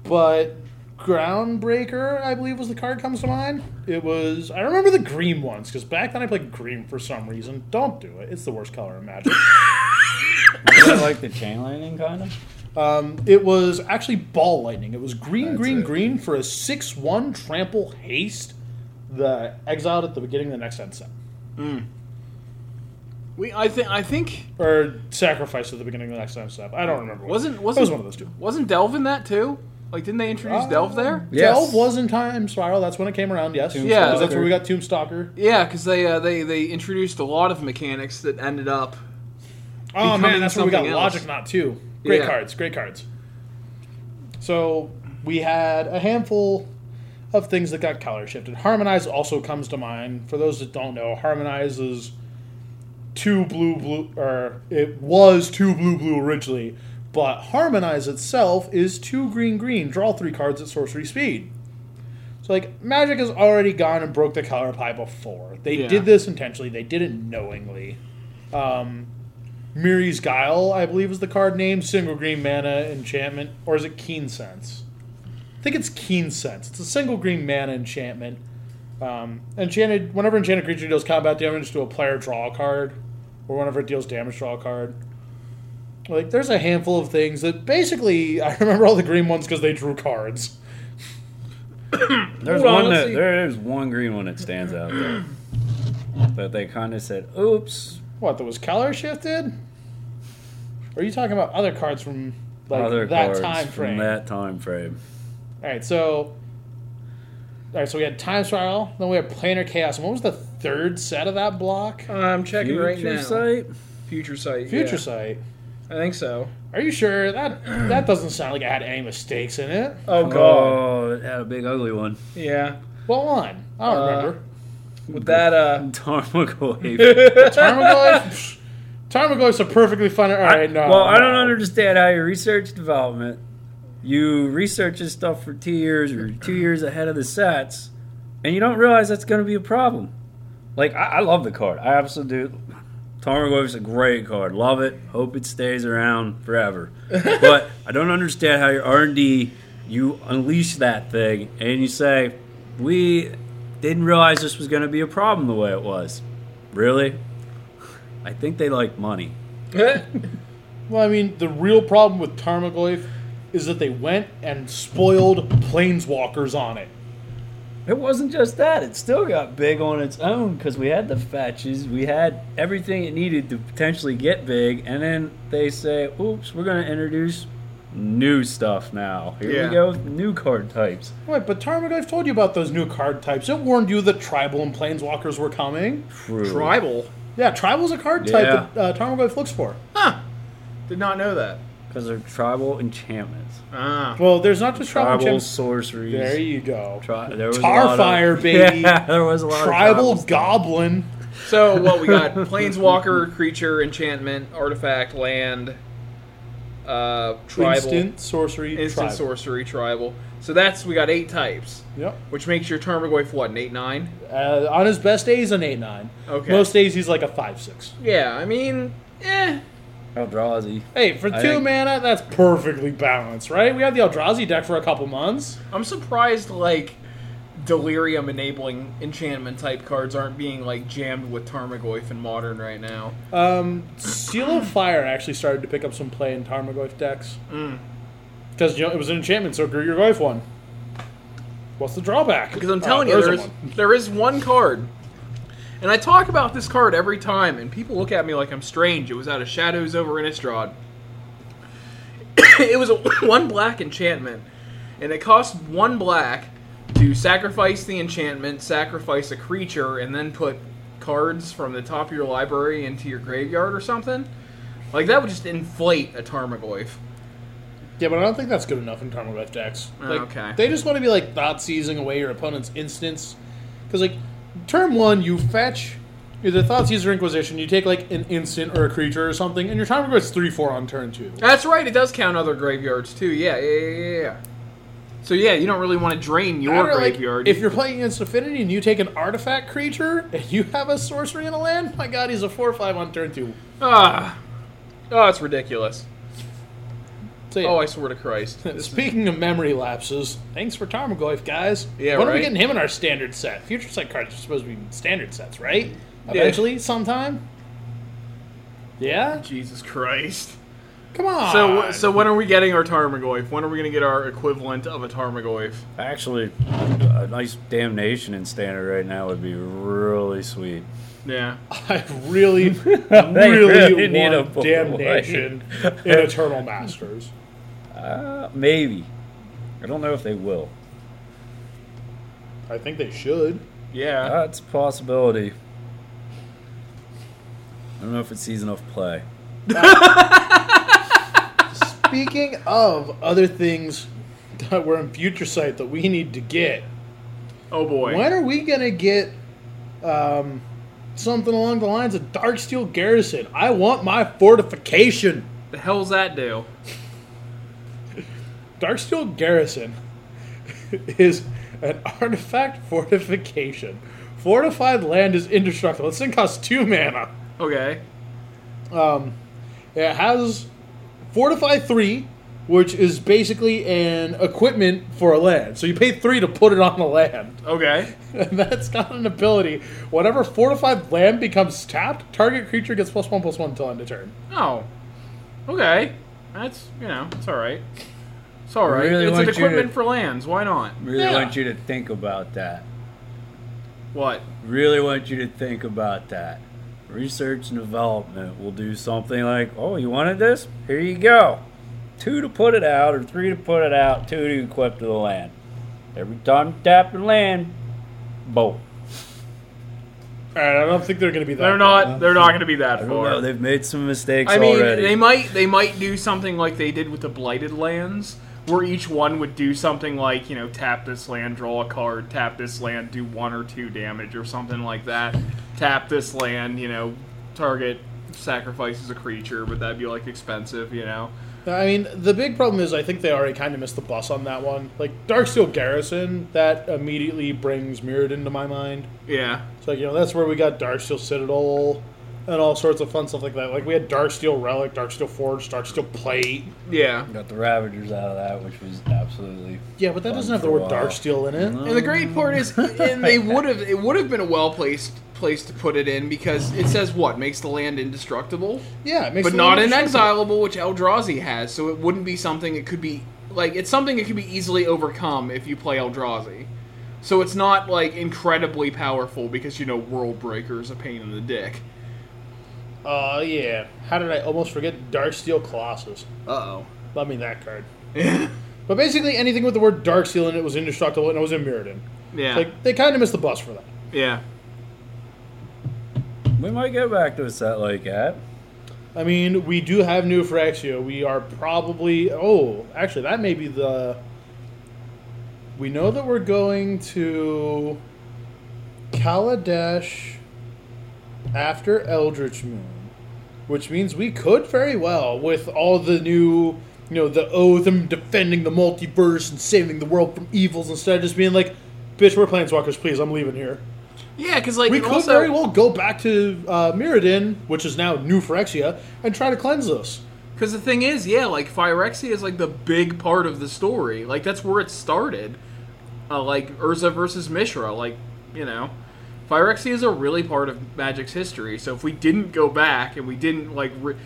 But Groundbreaker, I believe, was the card comes to mind. It was. I remember the green ones because back then I played green for some reason. Don't do it. It's the worst color in Magic.
(laughs) Is that like the chain lightning kind of?
um, it was actually Ball Lightning. It was green,
That's
green,
it.
green for a six-one trample haste. The exiled at the beginning of the next end step.
We, I think, I think
or sacrifice at the beginning of the next time step. I don't remember. what-
wasn't
it
wasn't
was one of those two? Uh,
Wasn't Delve in that too? Like, didn't they introduce Delve there?
Yes.
Delve was in Time Spiral. That's when it came around. Yes,
Yeah.
because that's where we got Tomb Stalker.
Yeah, because they uh, they they introduced a lot of mechanics that ended up.
Oh
Becoming
man, that's where we got
something else.
Logic Knot too. Great
Yeah.
cards. Great cards. So we had a handful of things that got color shifted. Harmonize also comes to mind. For those that don't know, Harmonize is two blue blue, or it was two blue blue originally, but Harmonize itself is two green green. Draw three cards at sorcery speed. So like Magic has already gone and broke the color pie before. They
Yeah.
did this intentionally. They did it knowingly. Um, Miri's Guile, I believe, is the card name. Single green mana enchantment, or is it Keen Sense? I think it's Keen Sense. It's a single green mana enchantment. Um, enchanted. Whenever enchanted creature deals combat damage to a player, draw a card, or whenever it deals damage, draw a card. Like, there's a handful of things that basically (laughs) I remember all the green ones because they drew cards.
There's
Hold on,
one
let's
that
see.
there is one green one that stands out there. That they kind of said, "Oops,
What? That was color shifted? Or are you talking about other cards from like
other
that
cards
time
from
frame?
that time frame."
All right, so. All right, so we had Time Spiral, then we had Planar Chaos. And what was the third set of that block?
I'm checking
Future Sight?
Future site.
Future Sight.
I think so.
Are you sure that that doesn't sound like I had any mistakes in it?
Oh
Oh, it had a big ugly one. (laughs)
Yeah.
Well, one. I don't
Uh,
remember.
With that, uh,
(laughs)
Tarmogoyf. (laughs)
Tarmogoyf. Tarmogoyf's a perfectly fun. All right, no.
well, I don't
Oh, no.
understand how you research development. You research this stuff for two years or two years ahead of the sets, and you don't realize that's going to be a problem. Like, I, I love the card. I absolutely do. Tarmogoyf's a great card. Love it. Hope it stays around forever. but I don't understand how your R&D, you unleash that thing, and you say, we didn't realize this was going to be a problem the way it was. Really? I think they like money.
Well, I mean, the real problem with Tarmogoyf is that they went and spoiled planeswalkers on it.
It wasn't just that; it still got big on its own because we had the fetches, we had everything it needed to potentially get big, and then they say, "Oops, we're going to introduce new stuff now. Here
Yeah.
we go, with new card types."
Right, but Tarmogoyf told you about those new card types. It warned you that tribal and planeswalkers were coming.
True.
Tribal?
Yeah, tribal's a card type
Yeah.
that uh, Tarmogoyf looks for.
Huh. Did not know that.
because they're tribal enchantments,
Ah.
Well, there's not just tribal,
tribal
gems.
sorceries.
There you go.
Tri- there was a
Tar
lot of-
fire,
(laughs)
baby.
Yeah, there was a lot
tribal
of tribal
goblin.
So what we got? (laughs) Planeswalker, creature, enchantment, artifact, land, uh, tribal,
Instant sorcery.
instant
tribal.
sorcery, tribal. So that's we got eight types,
Yep.
which makes your Tarmogoyf what an eight nine.
Uh, on his best days, an eight nine.
Okay.
Most days, he's like a five six.
Yeah, I mean, eh,
Eldrazi.
Hey, for
I
two
think-
mana, that's perfectly balanced, right? We had the Eldrazi deck for a couple months.
I'm surprised like delirium enabling enchantment type cards aren't being like jammed with Tarmogoyf in modern right now.
Um, Seal of Fire actually started to pick up some play in Tarmogoyf decks.
Mm.
Because, you know, it was an enchantment, so it grew your Goyf one. What's the drawback?
Because I'm
Oh,
telling you,
there's a
there's
one.
there is one card, and I talk about this card every time, and people look at me like I'm strange. It was out of Shadows over Innistrad. (coughs) it was a (coughs) one black enchantment, and it cost one black to sacrifice the enchantment, sacrifice a creature, and then put cards from the top of your library into your graveyard or something. Like that would just inflate a Tarmogoyf.
Yeah, but I don't think that's good enough in Tarmogoyf decks.
Oh,
Like,
okay.
They just want to be, like, thought seizing away your opponent's instance. Because, like, turn one, you fetch either Thought Seize or Inquisition, you take, like, an instant or a creature or something, and your Tarmogoyf's 3 4 on turn two.
That's right. It does count other graveyards too. Yeah, yeah, yeah, yeah, yeah. So yeah, you don't really want to drain your
Or, like,
graveyard.
if you're playing against Affinity and you take an artifact creature and you have a sorcery in a land, my god, he's a 4 5 on turn 2.
ah, oh, it's ridiculous.
So, yeah.
Oh, I swear to Christ.
Speaking of memory lapses, thanks for Tarmogoyf, guys.
Yeah,
when are
right.
we getting him in our standard set? Future set cards are supposed to be standard sets, right? Eventually, sometime? Yeah?
Jesus Christ.
Come on.
So uh, so when are we getting our Tarmogoyf? When are we gonna get our equivalent of a Tarmogoyf?
Actually, a nice damnation in standard right now would be really sweet.
Yeah.
(laughs) I really,
They
really,
really need a
want
boy.
damnation in Eternal Masters.
Uh, maybe. I don't know if they will.
I think they should.
Yeah.
That's a possibility. I don't know if it sees enough play.
Speaking of other things that were in Future Sight that we need to get,
Oh boy.
when are we gonna get um, something along the lines of Darksteel Garrison? I want my fortification.
The hell's that do?
Darksteel Garrison (laughs) is an artifact fortification. Fortified land is indestructible. This thing costs two mana.
Okay.
Um, it has fortify three, which is basically an equipment for a land. So you pay three to put it on the land.
Okay.
And (laughs) that's got an ability. Whenever fortified land becomes tapped, target creature gets plus one plus one until end of turn.
Oh. Okay. That's you know, it's alright. It's alright.
Really
it's an
want you to-
equipment for lands, why not?
Really
Yeah.
want you to think about that.
What?
Really want you to think about that. Research and development will do something like, oh, you wanted this? Here you go. Two to put it out, or three to put it out, two to equip to the land. Every time you tap the land, boom.
All right, I don't think they're going to be that.
They're not they're not gonna be that
I
far.
don't know. They've made some mistakes
I mean,
already.
they might they might do something like they did with the blighted lands, where each one would do something like you know tap this land, draw a card, tap this land, do one or two damage or something like that. Tap this land, you know, target sacrifices a creature, but that'd be like expensive, you know.
I mean, the big problem is I think they already kind of missed the bus on that one. Like Darksteel Garrison, that immediately brings Mirrodin to my mind.
Yeah,
So like, you know, that's where we got Darksteel Citadel and all sorts of fun stuff like that. Like we had Darksteel Relic, Darksteel Forge, Darksteel Plate.
yeah.
Got the Ravagers out of that, which was absolutely.
Yeah, but that doesn't have the
for a
word
while.
Darksteel in it.
And the great part is, and they would have it would have been a well placed place to put it in because it says what makes the land indestructible,
Yeah, it makes
but
it
not
a little bit shorter.
inexilable, which Eldrazi has. So it wouldn't be something it could be like it's something that could be easily overcome if you play Eldrazi. So it's not like incredibly powerful because you know World Breaker is a pain in the dick.
Oh yeah. How did I almost forget Darksteel Colossus?
Uh oh.
Love me that card. But basically, anything with the word Darksteel in it was indestructible, and it was in Mirrodin.
yeah.
Like they kind of missed the bus for that.
yeah.
We might get back to a set like that.
I mean, we do have new Phyrexia. We are probably. Oh, actually, that may be the. We know that we're going to Kaladesh after Eldritch Moon, which means we could very well, with all the new, you know, the oath and defending the multiverse and saving the world from evils, instead of just being like, bitch, we're Planeswalkers, please, I'm leaving here.
Yeah, because like
We
and
could
also,
very well go back to uh, Mirrodin, which is now New Phyrexia, and try to cleanse this.
Because the thing is, yeah, like Phyrexia is like the big part of the story. Like that's where it started. Uh, like Urza versus Mishra. Like you know, Phyrexia is a really part of Magic's history. So if we didn't go back and we didn't like re-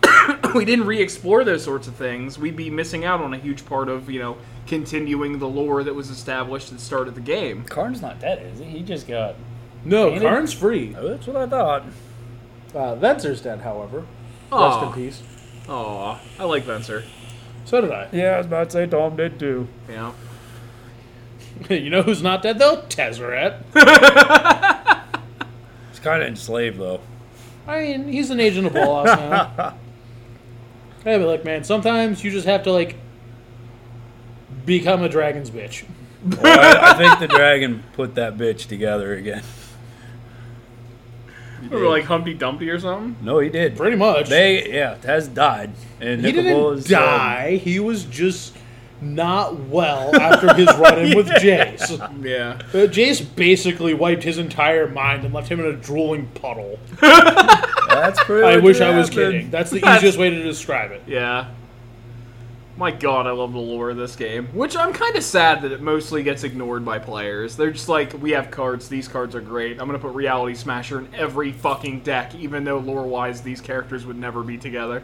(coughs) we didn't re-explore those sorts of things, we'd be missing out on a huge part of you know continuing the lore that was established at the start of the game.
Karn's not dead, is he? He just got.
No,
Ain't it?
Karn's free.
Oh, that's what I thought.
Uh, Venser's dead, however. Rest in
Aw,
peace.
aw, I like Venser.
So did I. (laughs)
Yeah, I was about to say Tom did too.
You know,
you know who's not dead though? Tezzeret.
He's kind of enslaved though. (laughs)
I mean, he's an agent of Bolas now. Hey, but look, man, sometimes you just have to like become a dragon's bitch.
Well, I, I think the dragon put that bitch together again.
or like Humpty Dumpty or something.
No, he did.
Pretty much.
They yeah, has died. And
he
Nicol
didn't
is, um,
die. he was just not well after his run-in with Jace.
Yeah.
Uh, Jace basically wiped his entire mind and left him in a drooling puddle.
that's pretty.
I
much
wish
what
I was
happened.
kidding. That's
(laughs)
the
That's-
easiest way to describe it.
Yeah. My god, I love the lore of this game. Which I'm kind of sad that it mostly gets ignored by players. They're just like, we have cards, these cards are great. I'm gonna put Reality Smasher in every fucking deck, even though lore wise these characters would never be together.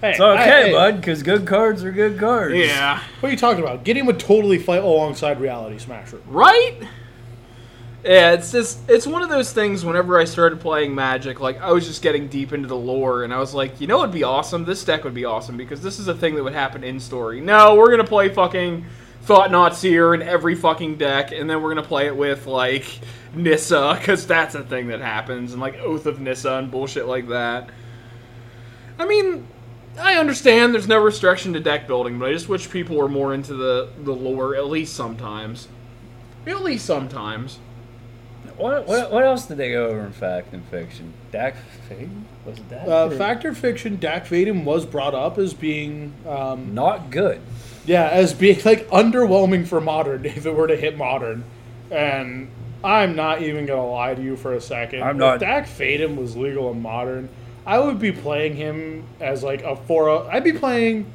Hey,
It's okay,
I- hey,
bud, because good cards are good cards.
Yeah.
What are you talking about? Getting would totally fight alongside Reality Smasher.
Right? Yeah, it's just it's one of those things whenever I started playing Magic, like I was just getting deep into the lore and I was like, you know what'd be awesome? This deck would be awesome because this is a thing that would happen in story. No, we're gonna play fucking Thought Not Seer in every fucking deck, and then we're gonna play it with like Nissa, because that's a thing that happens, and like Oath of Nissa and bullshit like that. I mean, I understand there's no restriction to deck building, but I just wish people were more into the, the lore, at least sometimes. At least sometimes.
What, what, what else did they go over in fact and fiction? Dak Fig? Was it that?
Uh, fact or fiction, Dak Vadim was brought up as being, um,
Not good.
yeah, as being like underwhelming for modern (laughs) if it were to hit modern. And I'm not even gonna lie to you for a second.
I'm not-
If Dak Vadim was legal in modern, I would be playing him as like a four. I'd be playing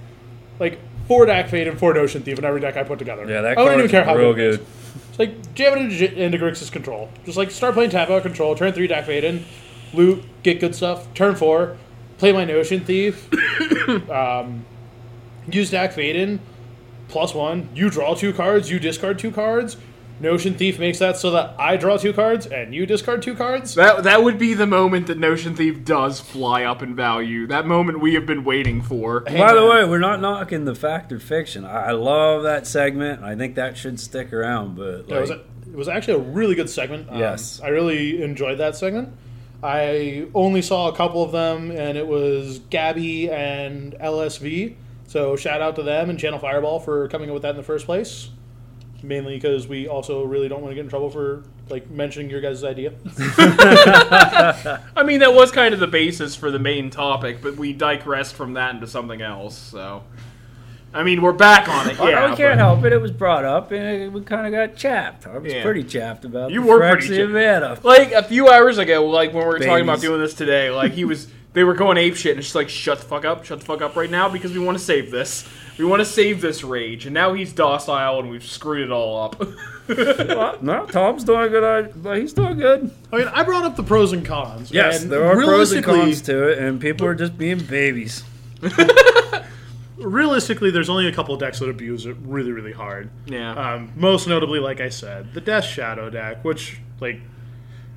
like four Dak Vadim, four Notion Thief in every deck I put together.
Yeah, that
I
card
wouldn't even care how
real
good. it is.
good.
It's like jam it into, into Grixis control. Just like start playing tap out control, turn three Dak Vaden, loot, get good stuff, turn four, play my Notion Thief, (coughs) um, use Dak Vaden, plus one, you draw two cards, you discard two cards. Notion Thief makes that so that I draw two cards and you discard two cards.
That that would be the moment that Notion Thief does fly up in value. That moment we have been waiting for.
Hey,
By the
man.
way, we're not knocking the fact or fiction. I, I love that segment. I think that should stick around, but
It was,
like,
it was actually a really good segment. Um,
Yes.
I really enjoyed that segment. I only saw a couple of them, and it was Gabby and LSV. So shout out to them and Channel Fireball for coming up with that in the first place. Mainly because we also really don't want to get in trouble for like mentioning your guys' idea.
I mean, that was kind of the basis for the main topic, but we digressed from that into something else. So, I mean, we're back on it.
I-
Yeah,
we can't
but-
help it. It was brought up, and it- we kind of got chapped. I was
Yeah.
pretty chapped about
You
the
were pretty
Phyrexia Vanna.
Like a few hours ago, like when we were talking about
Babies.
doing this today, like he was. (laughs) they were going ape shit, and she's like, "Shut the fuck up, shut the fuck up right now, because we want to save this. We want to save this rage." And now he's docile, and we've screwed it all up.
(laughs)
(laughs)
Well, no, Tom's doing good. I- He's doing good.
I mean, I brought up the pros and cons.
Yes,
and
there are pros and
realistically,
cons to it, and people are just being babies.
Realistically, there's only a couple decks that abuse it really, really hard.
yeah,
Um, most notably, like I said, the Death Shadow deck, which, like,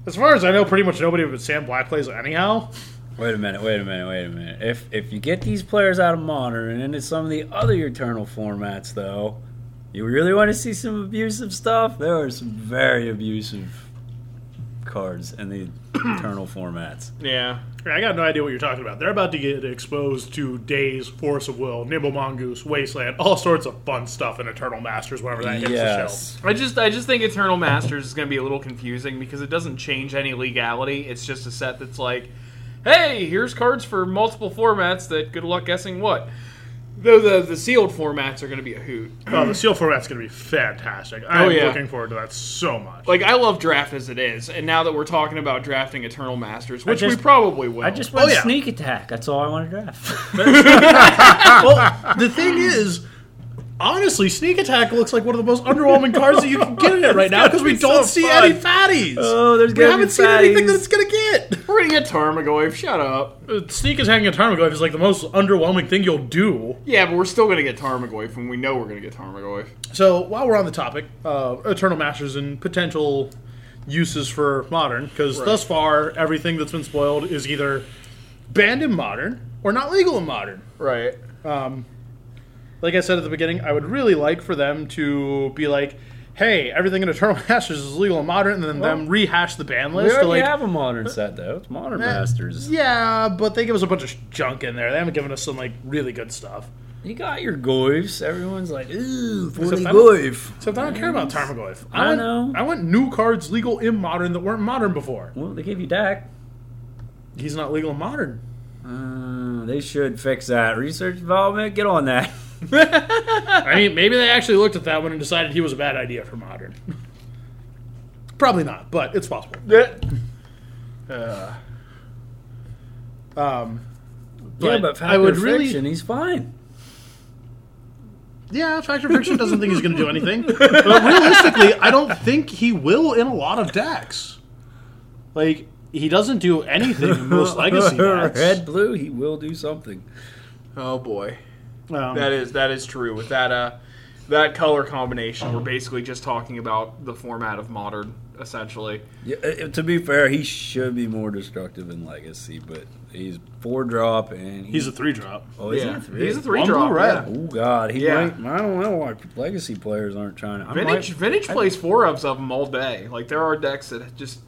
as far as I know, pretty much nobody but Sam Black plays anyhow.
Wait a minute, wait a minute, wait a minute. If if you get these players out of modern and into some of the other eternal formats though, you really want to see some abusive stuff? There are some very abusive cards
(clears throat)
in the eternal formats.
yeah.
I got no idea what you're talking about. They're about to get exposed to Days, Force of Will, Nimble Mongoose, Wasteland, all sorts of fun stuff in Eternal Masters whenever that hits the shelf.
Yes.
I just I just think Eternal Masters is going to be a little confusing because it doesn't change any legality. It's just a set that's like, hey, here's cards for multiple formats that good luck guessing what. Though the the sealed formats are going to be a hoot.
Oh, the seal format's going to be fantastic. I'm
yeah.
looking forward to that so much.
Like I love draft as it is, and now that we're talking about drafting Eternal Masters, which
just-
we probably will.
I just want
Oh, yeah.
sneak attack. That's all I want
(laughs)
to draft.
well, (laughs) the thing is, honestly, Sneak Attack looks like one of the most underwhelming cards that you can get in it right now because we don't see any fatties.
Oh, there's
we
gonna be
haven't seen anything
fatties.
that it's going to
we're gonna get Tarmogoyf. Shut up.
get. Uh, Sneak Attack and Tarmogoyf is like the most underwhelming thing you'll do.
Yeah, but we're still gonna get Tarmogoyf when we know we're gonna get Tarmogoyf.
So while we're on the topic, uh, Eternal Masters and potential uses for modern, because thus far everything that's been spoiled is either banned in modern or not legal in modern.
Right.
like I said at the beginning, I would really like for them to be like, "Hey, everything in Eternal (laughs) Masters is legal and modern," and then them rehash the ban
we
list. to
already
like,
have a modern set though. It's modern masters.
yeah, but they give us a bunch of sh- junk in there. They haven't given us some like really good stuff.
You got your goifs. Everyone's like, ooh, 40
Except I don't-
goif.
Except I don't care about Tarmogoyf.
I
want,
know.
I want new cards legal in modern that weren't modern before.
Well, they gave you Dak.
He's not legal in modern.
Uh, they should fix that. Research development, get on that.
(laughs) I mean, maybe they actually looked at that one and decided he was a bad idea for modern. (laughs) Probably not, but it's possible. Uh, um,
yeah, but Factor
I would really-
Fiction, he's fine.
Yeah, Factor Fiction doesn't think he's going to do anything. But realistically, I don't think he will in a lot of decks. Like, he doesn't do anything in
(laughs)
most (laughs) legacy decks.
Red, blue, he will do something.
Oh boy.
Um,
That is that is true. With that uh that color combination, we're basically just talking about the format of modern, essentially.
Yeah, uh, to be fair, he should be more destructive in Legacy, but he's four drop and he-
he's a three drop.
oh, is he
Yeah.
a three?
He's a three
One blue,
drop.
red.
yeah.
Oh God, he
Yeah.
might. I don't know why Legacy players aren't trying. to. I
Vintage
might-
Vintage plays four ofs of them all day. Like there are decks that just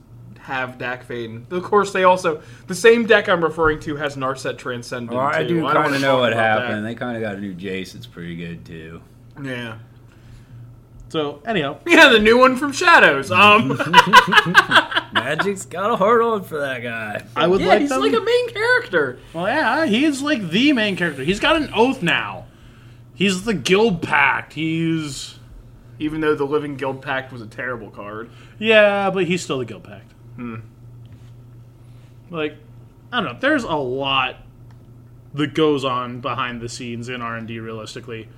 have Dak Fade. And of course, they also the same deck I'm referring to has Narset Transcendent.
Oh, I
too.
do
don't
kind
wanna
of know
talk
what
about
happened. They kind of got a new Jace. It's pretty good too.
that. Yeah,
So, anyhow,
yeah, the new one from Shadows. Um,
Magic's (laughs) got a hard on for that guy.
I would
yeah, (laughs)
like
he's
them.
like a main character.
well, yeah, he's like the main character. He's got an oath now. He's the guild pact. He's.
Even though the Living Guild Pact was a terrible card.
Yeah, but he's still the guild pact. Hmm. Like, I don't know. There's a lot that goes on behind the scenes in R and D. Realistically,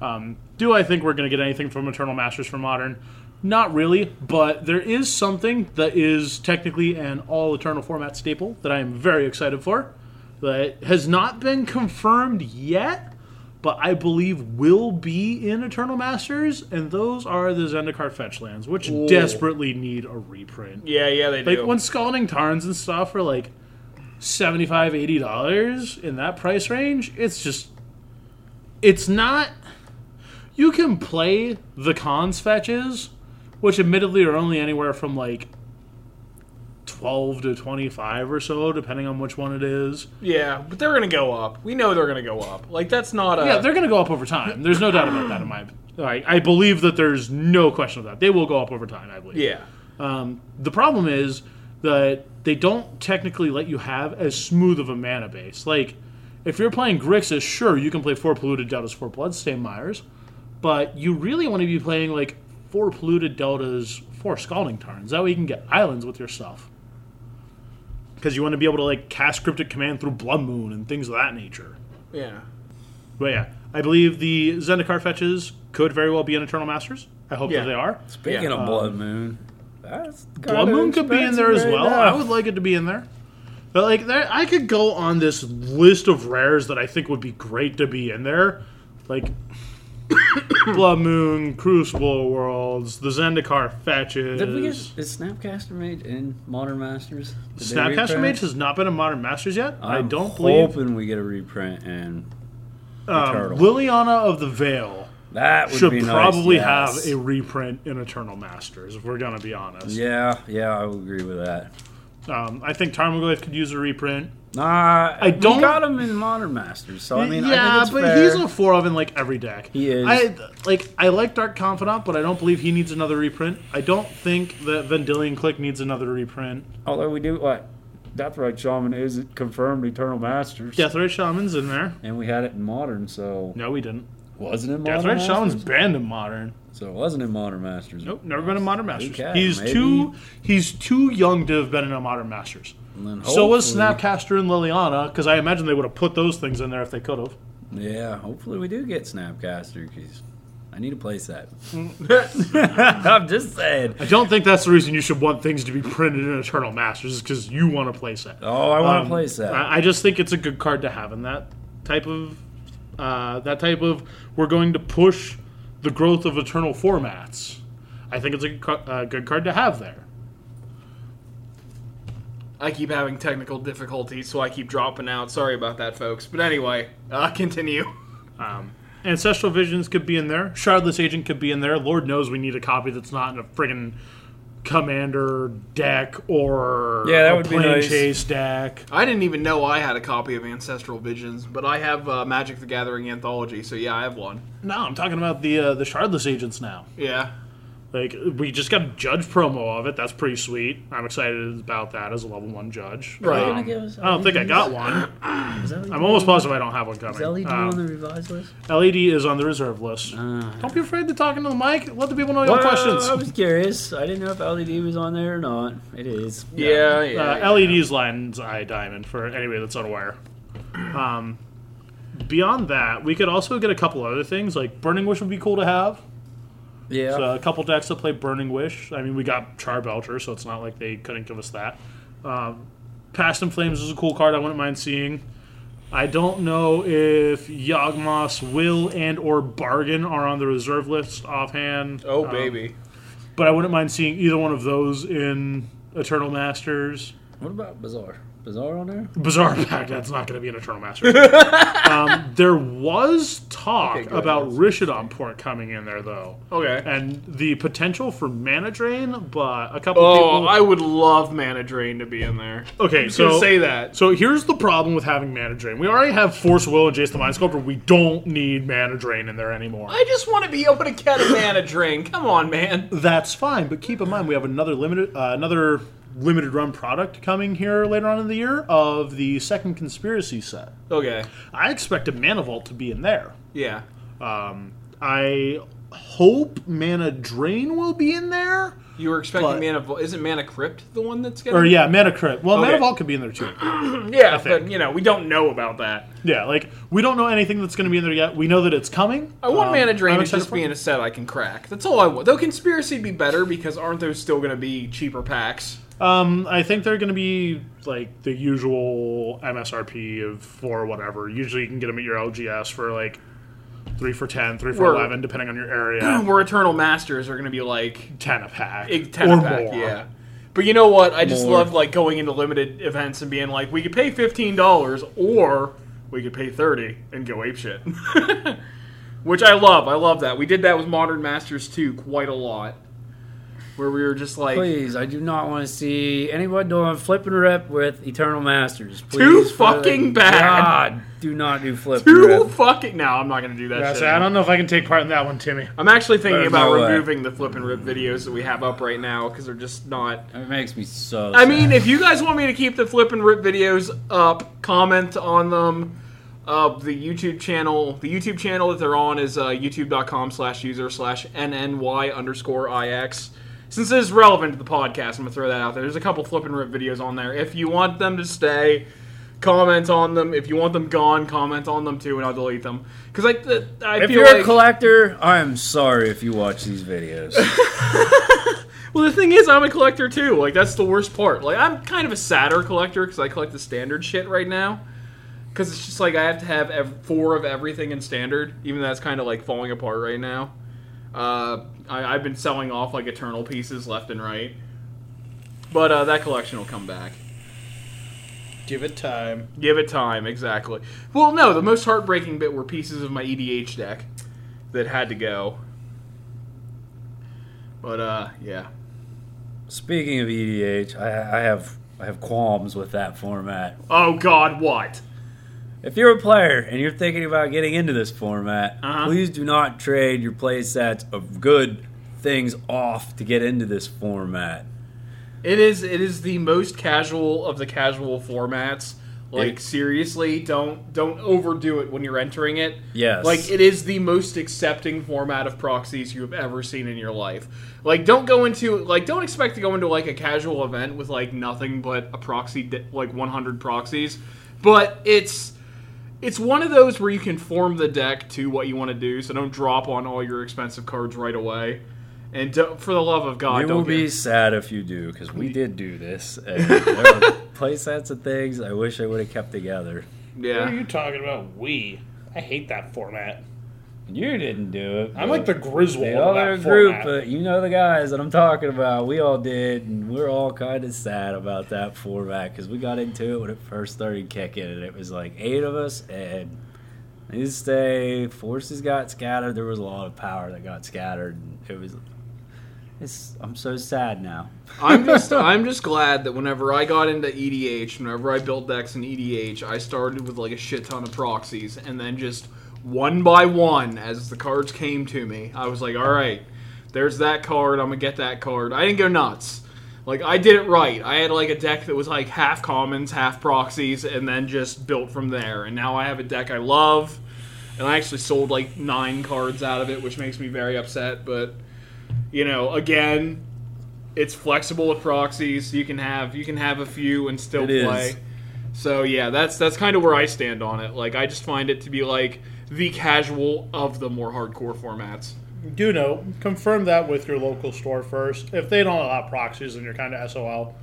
um, do I think we're going to get anything from Eternal Masters for Modern? Not really, but there is something that is technically an all Eternal format staple that I am very excited for. That has not been confirmed yet, but I believe will be in Eternal Masters, and those are the Zendikar fetch lands, which desperately need a reprint.
Yeah, yeah, they
Like
do.
when Scalding Tarns and stuff are like 75 80 dollars in that price range, it's just it's not you can play the cons fetches, which admittedly are only anywhere from like 12 to 25 or so depending on which one it is.
yeah, but they're gonna go up. We know they're gonna go up. Like that's not a.
Yeah, they're going to go up over time. There's no doubt about that. In my, I, I believe that there's no question of that. They will go up over time. I believe.
yeah.
Um, the problem is that they don't technically let you have as smooth of a mana base. Like, if you're playing Grixis, sure you can play four polluted deltas, four bloodstained mires, but you really want to be playing like four polluted deltas, four scalding tarns. That way you can get islands with your stuff. because you want to be able to like cast cryptic command through Blood Moon and things of that nature.
Yeah.
But yeah, I believe the Zendikar fetches could very well be in Eternal Masters. I hope
Yeah.
that they are.
Speaking
Yeah.
of Blood Moon, that's
Blood
kinda
Moon could be in there as
expensive
well.
right now.
I would like it to be in there. But like there, I could go on this list of rares that I think would be great to be in there, like (coughs) Blood Moon, Crucible Worlds, the Zendikar fetches.
Did we get, is Snapcaster Mage in Modern Masters? Did they
Snapcaster
reprint?
Mage has not been in Modern Masters yet. I'm I
I'm
do not believe.
hoping we get a reprint and
Um,
Eternal.
Liliana of the Veil
that would
should
be nice,
probably
yes.
have a reprint in Eternal Masters. If we're gonna be honest,
Yeah, yeah, I would agree with that.
um, I think Tarmogoyf could use a reprint.
Nah,
I don't-
We got him in Modern Masters, so I mean,
yeah,
I think it's
but
fair.
he's a four of in like every deck.
He is.
I like. I like Dark Confidant, but I don't believe he needs another reprint. I don't think that Vendilion Click needs another reprint.
Although we do what Deathrite Shaman isn't confirmed Eternal Masters.
Deathrite Shaman's in there.
and we had it in Modern, so
No, we didn't.
wasn't in Modern.
Deathrite Shaman's
Masters?
banned in Modern.
so it wasn't in Modern Masters.
Nope, never been in Modern Masters.
Okay,
he's
maybe.
too. He's too young to have been in a Modern Masters.
And then
So was
hopefully-
Snapcaster and Liliana, because I imagine they would have put those things in there if they could have.
Yeah, hopefully we do get Snapcaster because I need to place that. I'm just saying.
I don't think that's the reason you should want things to be printed in Eternal Masters, is because you want to play set.
Oh, I want to
Um,
place that.
I, I just think it's a good card to have in that type of uh, that type of we're going to push the growth of eternal formats. I think it's a good, ca- uh, good card to have there.
I keep having technical difficulties, so I keep dropping out. Sorry about that, folks. But anyway, uh, (laughs) continue.
Um, Ancestral Visions could be in there. Shardless Agent could be in there. Lord knows we need a copy that's not in a friggin' commander deck or
Yeah, that
a
would be
plane
nice.
chase deck.
I didn't even know I had a copy of Ancestral Visions, but I have uh, Magic the Gathering Anthology, so yeah, I have one.
No, I'm talking about the uh, the Shardless Agents now.
Yeah.
Like we just got a judge promo of it. That's pretty sweet. I'm excited about that as a level one judge.
Right.
Um,
Gonna give us E
I don't think I got one. I'm almost positive I don't have one coming.
E
LED
Um,
E on the revised list?
LED is on the reserve list.
Uh,
don't be afraid to talk into the mic. Let the people know your questions. Uh,
I was curious. I didn't know if LED was on there or not. It is.
Yeah, yeah.
uh, LED's lion's eye diamond for anybody that's unaware. Um, beyond that, we could also get a couple other things like Burning Wish would be cool to have.
Yeah.
So uh, a couple decks that play Burning Wish. I mean, we got Char Belcher, so it's not like they couldn't give us that. Um, Past in Flames is a cool card. I wouldn't mind seeing. I don't know if Yagmas, Will, and or Bargain are on the reserve list offhand.
oh,
Um,
baby.
but I wouldn't mind seeing either one of those in Eternal Masters.
What about Bizarre? Bizarre on there?
Bizarre (laughs) pack. That's not going to be an
(laughs)
Eternal Masters. um, there was talk
Okay, good.
about Rishadon Port coming in there though
Okay.
and the potential for mana drain, but a couple
Oh,
people.
I would love Mana Drain to be in there.
okay,
So
so
say that.
So here's the problem with having mana drain. We already have Force Will and Jace the Mind Sculptor. We don't need mana drain in there anymore.
I just want to be able to get a Mana Drain. Come on, man.
That's fine, but keep in mind we have another limited uh, another limited run product coming here later on in the year of the second conspiracy set.
Okay.
I expect a mana vault to be in there.
Yeah.
Um, I hope mana drain will be in there.
You were expecting
But-
Mana Vault. Isn't Mana Crypt the one that's getting
Or yeah, mana crypt. Well, mana
Okay.
vault could be in there too.
Yeah,
think.
but, you know, we don't know about that.
Yeah, like we don't know anything that's going to be in there yet. We know that it's coming.
I want
Um,
Mana Drain
I'm
to
excited
just
for
be
it.
in a set I can crack. That's all I want. Though Conspiracy'd be better because aren't those still going to be cheaper packs? (clears throat)
Um, I think they're going to be like the usual MSRP of four or whatever. Usually, you can get them at your LGS for like three for ten, three for
Word.
eleven, depending on
(clears throat)
your area.
Where Eternal Masters are going to be like
ten a pack,
a 10
or
pack,
more.
yeah. But you know what? I just
More.
love like going into limited events and being like, we could pay fifteen dollars, or we could pay thirty and go ape shit. (laughs) Which I love. I love that. We did that with Modern Masters too quite a lot, where we were just like,
Please, I do not want to see anyone doing flip and rip with Eternal Masters. Please,
Too
for the
fucking bad.
God, do not do flip and
who
rip.
fucking? No, I'm not going to do that.
Yeah,
shit.
so I don't know if I can take part in that one, Timmy.
I'm actually thinking
There's
about
no way.
removing the flip and rip videos that we have up right now because they're just not.
It makes me so.
I mean, if you guys want me to keep the flip and rip videos up, comment on them. Uh, the YouTube channel, the YouTube channel that they're on is uh, youtube.com slash user slash nny underscore ix. Since it is relevant to the podcast, I'm gonna throw that out there. There's a couple flip and rip videos on there. If you want them to stay, comment on them. If you want them gone, comment on them too, and I'll delete them. Because like, the, I
If
feel
you're a
like
collector, I'm sorry if you watch these videos.
Well, the thing is, I'm a collector too. Like that's the worst part. Like I'm kind of a sadder collector because I collect the standard shit right now. Because it's just like I have to have ev- four of everything in standard, even though that's kind of like falling apart right now. Uh, I, I've been selling off like eternal pieces left and right, but uh, that collection will come back.
Give it time.
Give it time, exactly. Well, no, the most heartbreaking bit were pieces of my EDH deck that had to go. But uh, yeah.
Speaking of EDH, I, I have I have qualms with that format.
Oh God, what?
If you're a player and you're thinking about getting into this format,
Uh-huh.
please do not trade your play sets of good things off to get into this format.
It is. It is the most casual of the casual formats. Like
It-
seriously, don't don't overdo it when you're entering it.
Yes.
Like it is the most accepting format of proxies you have ever seen in your life. Like don't go into like don't expect to go into like a casual event with like nothing but a proxy di- like 100 proxies, but it's it's one of those where you can form the deck to what you want to do. So don't drop on all your expensive cards right away. And don't, for the love of God,
you
don't
will
get-
be sad if you do, because we did do this.
(laughs)
And there were play sets of things I wish I would have kept together.
yeah.
What are you talking about? We. I hate that format.
You didn't do it.
I'm like the Griswold
the
of
other
that
group,
format.
but you know the guys that I'm talking about. We all did, and we're all kind of sad about that format because we got into it when it first started kicking, and it was like eight of us, and these day forces got scattered. There was a lot of power that got scattered, and it was. It's, I'm so sad now.
I'm just I'm just glad that whenever I got into EDH, whenever I built decks in EDH, I started with like a shit ton of proxies, and then just one by one, as the cards came to me, I was like, all right, there's that card. I'm gonna get that card. I didn't go nuts. Like I did it right. I had like a deck that was like half commons, half proxies, and then just built from there. And now I have a deck I love, and I actually sold like nine cards out of it, which makes me very upset. But you know, again, it's flexible with proxies. You can have you can have a few and still
It is.
play. So yeah, that's that's kind of where I stand on it. Like I just find it to be like the casual of the more hardcore formats.
Do know, confirm that with your local store first. If they don't allow proxies, then you're kind of SOL.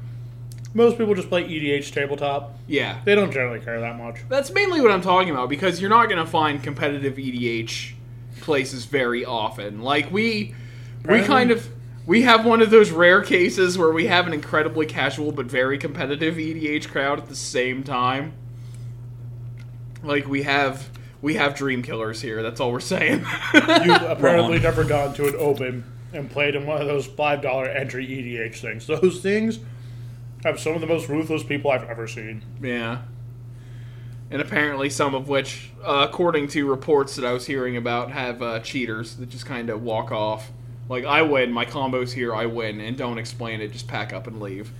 Most people just play EDH tabletop.
Yeah.
They don't generally care that much.
That's mainly what I'm talking about because you're not going to find competitive EDH places very often. Like we we
Apparently.
kind of we have one of those rare cases where we have an incredibly casual but very competitive EDH crowd at the same time. Like we have we have dream killers here. That's all we're saying. (laughs)
(laughs)
You've apparently never gone to an open and played in one of those five dollar entry EDH things. Those things have some of the most ruthless people I've ever seen.
Yeah. And apparently, some of which, uh, according to reports that I was hearing about, have uh, cheaters that just kind of walk off. Like, I win, my combo's here, I win, and don't explain it, just pack up and leave.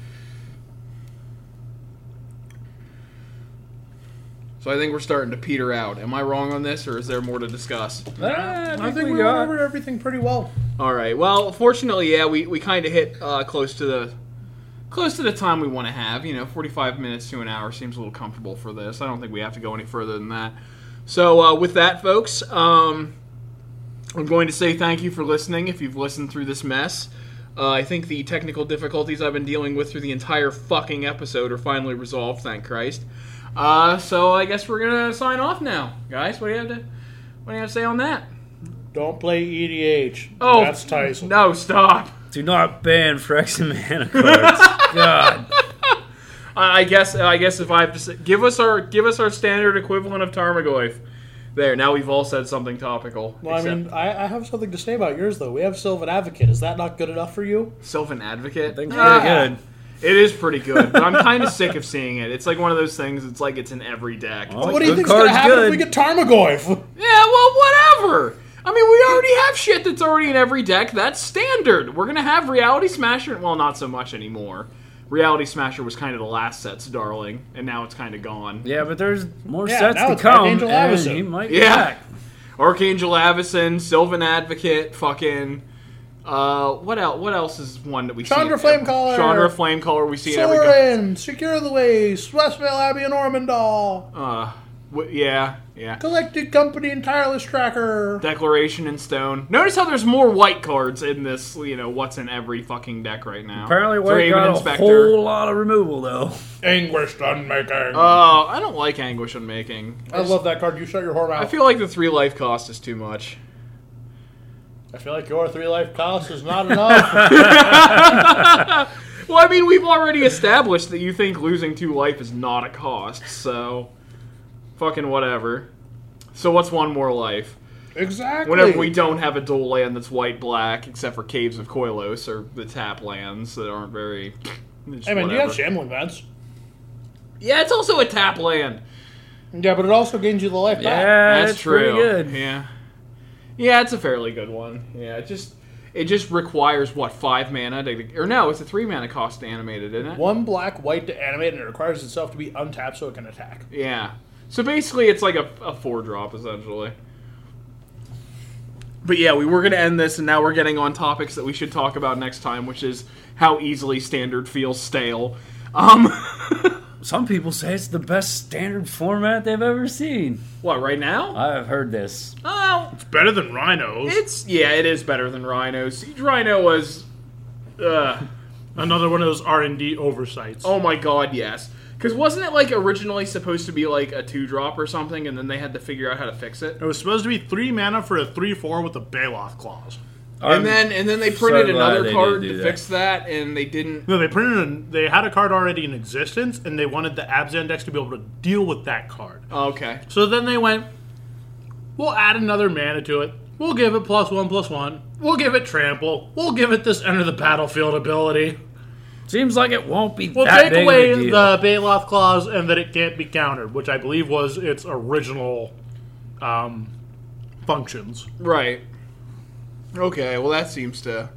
So I think we're starting to peter out. Am I wrong on this, or is there more to discuss?
I
Uh, I think we remember everything pretty well.
All right. Well, fortunately, yeah, we, we kind of hit uh, close to the close to the time we want to have. You know, forty five minutes to an hour seems a little comfortable for this. I don't think we have to go any further than that. So, uh, with that, folks, um, I'm going to say thank you for listening. If you've listened through this mess, uh, I think the technical difficulties I've been dealing with through the entire fucking episode are finally resolved. Thank Christ. Uh, so I guess we're gonna sign off now, guys. What do you have to What do you have to say on that?
Don't play EDH.
Oh,
that's Tyson.
No, stop.
Do not ban Frex and
(laughs)
Mana cards. God.
I I guess I guess if I have to say, give us our give us our standard equivalent of Tarmogoyf. There, now we've all said something topical.
Well, I
except
mean, I, I have something to say about yours though. We have Sylvan Advocate. Is that not good enough for you?
Sylvan Advocate.
I think
Ah,
pretty good.
It is pretty good, but I'm kind of sick of seeing it. It's like one of those things. It's like it's in every deck. It's
Well,
like,
What do you
Good
think's gonna
card's
happen
good.
if we get Tarmogoyf?
yeah, well, whatever. I mean, we already have shit that's already in every deck. That's standard. We're gonna have Reality Smasher. Well, not so much anymore. Reality Smasher was kind of the last set's darling, and now it's kind of gone.
Yeah, but there's more
Yeah,
sets
now
to
it's
come.
Archangel
And
Avison.
he might be
Yeah.
back.
Archangel Avison, Sylvan Advocate, fucking Uh, what else? What else is one that we
Chandra
see? in-
Flamecaller.
Chandra Flamecaller. We see in every. co-
Soren, secure the waste. Westvale Abbey and Ormondall.
Uh, wh- yeah, yeah.
Collected company and tireless tracker.
Declaration in Stone. Notice how there's more white cards in this. You know what's in every fucking deck right now.
Apparently,
Draven
White got a whole lot of removal though.
Anguish Dunmaker.
Oh, I don't like Anguish on making.
I love that card. You shut your whore mouth.
I feel like the three life cost is too much.
I feel like your three life cost is not (laughs) enough.
(laughs) Well, I mean, we've already established that you think losing two life is not a cost, so fucking whatever. So what's one more life?
exactly.
Whenever we don't have a dual land that's white black, except for Caves of Koilos or the tap lands that aren't very. it's
Hey man, you
whatever.
got shambling vents.
yeah, it's also a tap land.
Yeah, but it also gains you the life back.
Yeah,
That's, true.
pretty good.
Yeah, yeah, it's a fairly good one. Yeah, it just it just requires what five mana to, or no, it's a three mana cost to animate it, isn't it?
One black white to animate, and it requires itself to be untapped so it can attack.
Yeah. So basically, it's like a, a four drop essentially. But yeah, we were going to end this, and now we're getting on topics that we should talk about next time, which is how easily standard feels stale. Um, (laughs)
Some people say it's the best standard format they've ever seen.
what right now?
I've heard this.
Oh,
It's better than Rhinos.
it's yeah, it is better than Rhino. Siege Rhino was, uh,
Another one of those R and D oversights.
oh my god, yes. Because wasn't it like originally supposed to be like a two drop or something, and then they had to figure out how to fix it?
It was supposed to be three mana for a three four with a bailoff clause.
I'm-
And then and then they printed
glad they
another
didn't
card
do
to
that.
fix that, and they didn't
No, they printed. An, they had a card already in existence, and they wanted the Abzan decks to be able to deal with that card.
oh, Okay.
So then they went, we'll add another mana to it. We'll give it plus one, plus one. We'll give it trample. We'll give it this enter the battlefield ability.
seems like it won't be
We'll
that
take
big
away
of a deal.
the Bailoff clause and that it can't be countered, which I believe was its original um, functions.
Right. Okay, well that seems to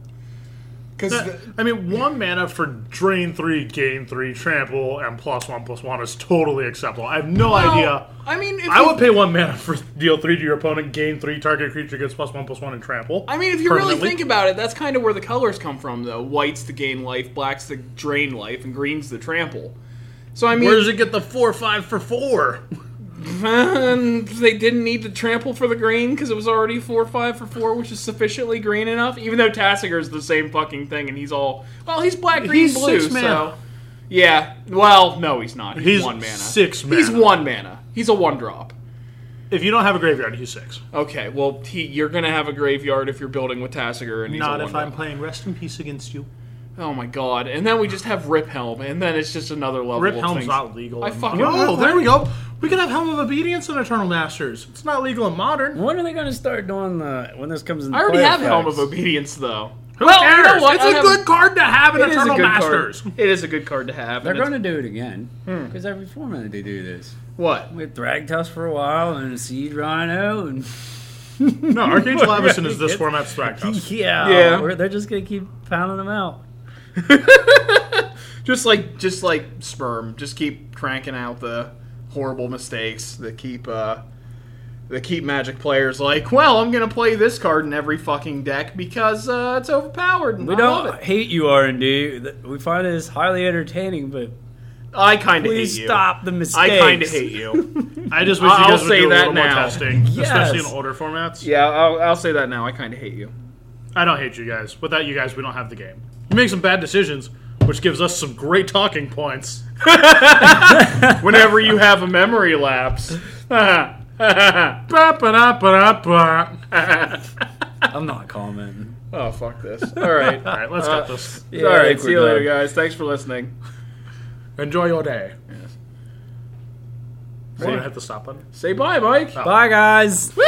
cuz
I mean, one mana for drain three, gain three, trample, and plus one, plus one is totally acceptable. I have no idea.
I mean if
I
you,
would pay one mana for deal three to your opponent, gain three, target creature gets plus one, plus one, and trample.
I mean if you really
permanently.
think about it, that's kind of where the colors come from though. White's to gain life, black's to drain life, and green's the trample. So I mean
Where does it get the four five for four?
and (laughs) they didn't need to trample for the green cuz it was already 4 5 for 4 which is sufficiently green enough even though Tassiger's the same fucking thing and he's all well he's black green
He's
blue
six mana.
so yeah, well, no, he's not. He's,
He's
one mana.
six
He's
mana.
one mana. He's a one drop.
If you don't have a graveyard, he's six.
Okay, well, he, you're gonna have a graveyard if you're building with Tassiger, and he's
Not
a
if
one-
I'm playing Rest in Peace against you.
Oh my god! And then we just have Rip Helm, and then it's just another level.
Rip
of
Helm's
things.
not legal.
I
in-
fucking-
Whoa, there we go. We could have Helm of Obedience in Eternal Masters. It's not legal in modern.
when are they going to start doing the when this comes in?
I already have Helm of Obedience, though.
Who
well,
cares?
You know what?
It's
I
a
have-
good card to have in
It is a
Eternal
good (laughs)
Masters.
card. It is a good card to have.
They're
and it's-
going to do it again
Hmm.
because every format they do this.
what?
We had Thragtusk for a while and Seed Rhino and (laughs)
No, Archangel Avison is this
Yes.
format's Thragtusk.
yeah,
Yeah.
we're- they're just going to keep pounding them out.
Just like, just like sperm. Just keep cranking out the horrible mistakes that keep. uh that keep magic players like, well, I'm gonna play this card in every fucking deck because uh, it's overpowered. And
We
I
don't
Love it.
hate you, R and D. We find it as highly entertaining, but
I kind of hate you.
please stop the
I
mistakes.
kind of
(laughs)
hate you. (laughs)
I just wish you
I'll
guys would
say
do a
that
little more
now.
testing, especially in
Yes.
older formats.
Yeah, I'll, I'll say that now. I kind of hate you.
I don't hate you guys. Without you guys, we don't have the game. You make some bad decisions, which gives us some great talking points. (laughs)
Whenever you have a memory
(laughs)
lapse.
Ba-ba-da-ba-da-ba.
I'm not commenting.
Oh, fuck this. All (laughs) right.
(laughs) All right, let's cut this.
Yeah,
All
I
right.
think
See you
we're
later,
done.
guys. Thanks for listening.
Enjoy your day. Are you
What?
gonna hit the stop button?
Oh. Say bye, Mike.
Bye, guys.
Woo!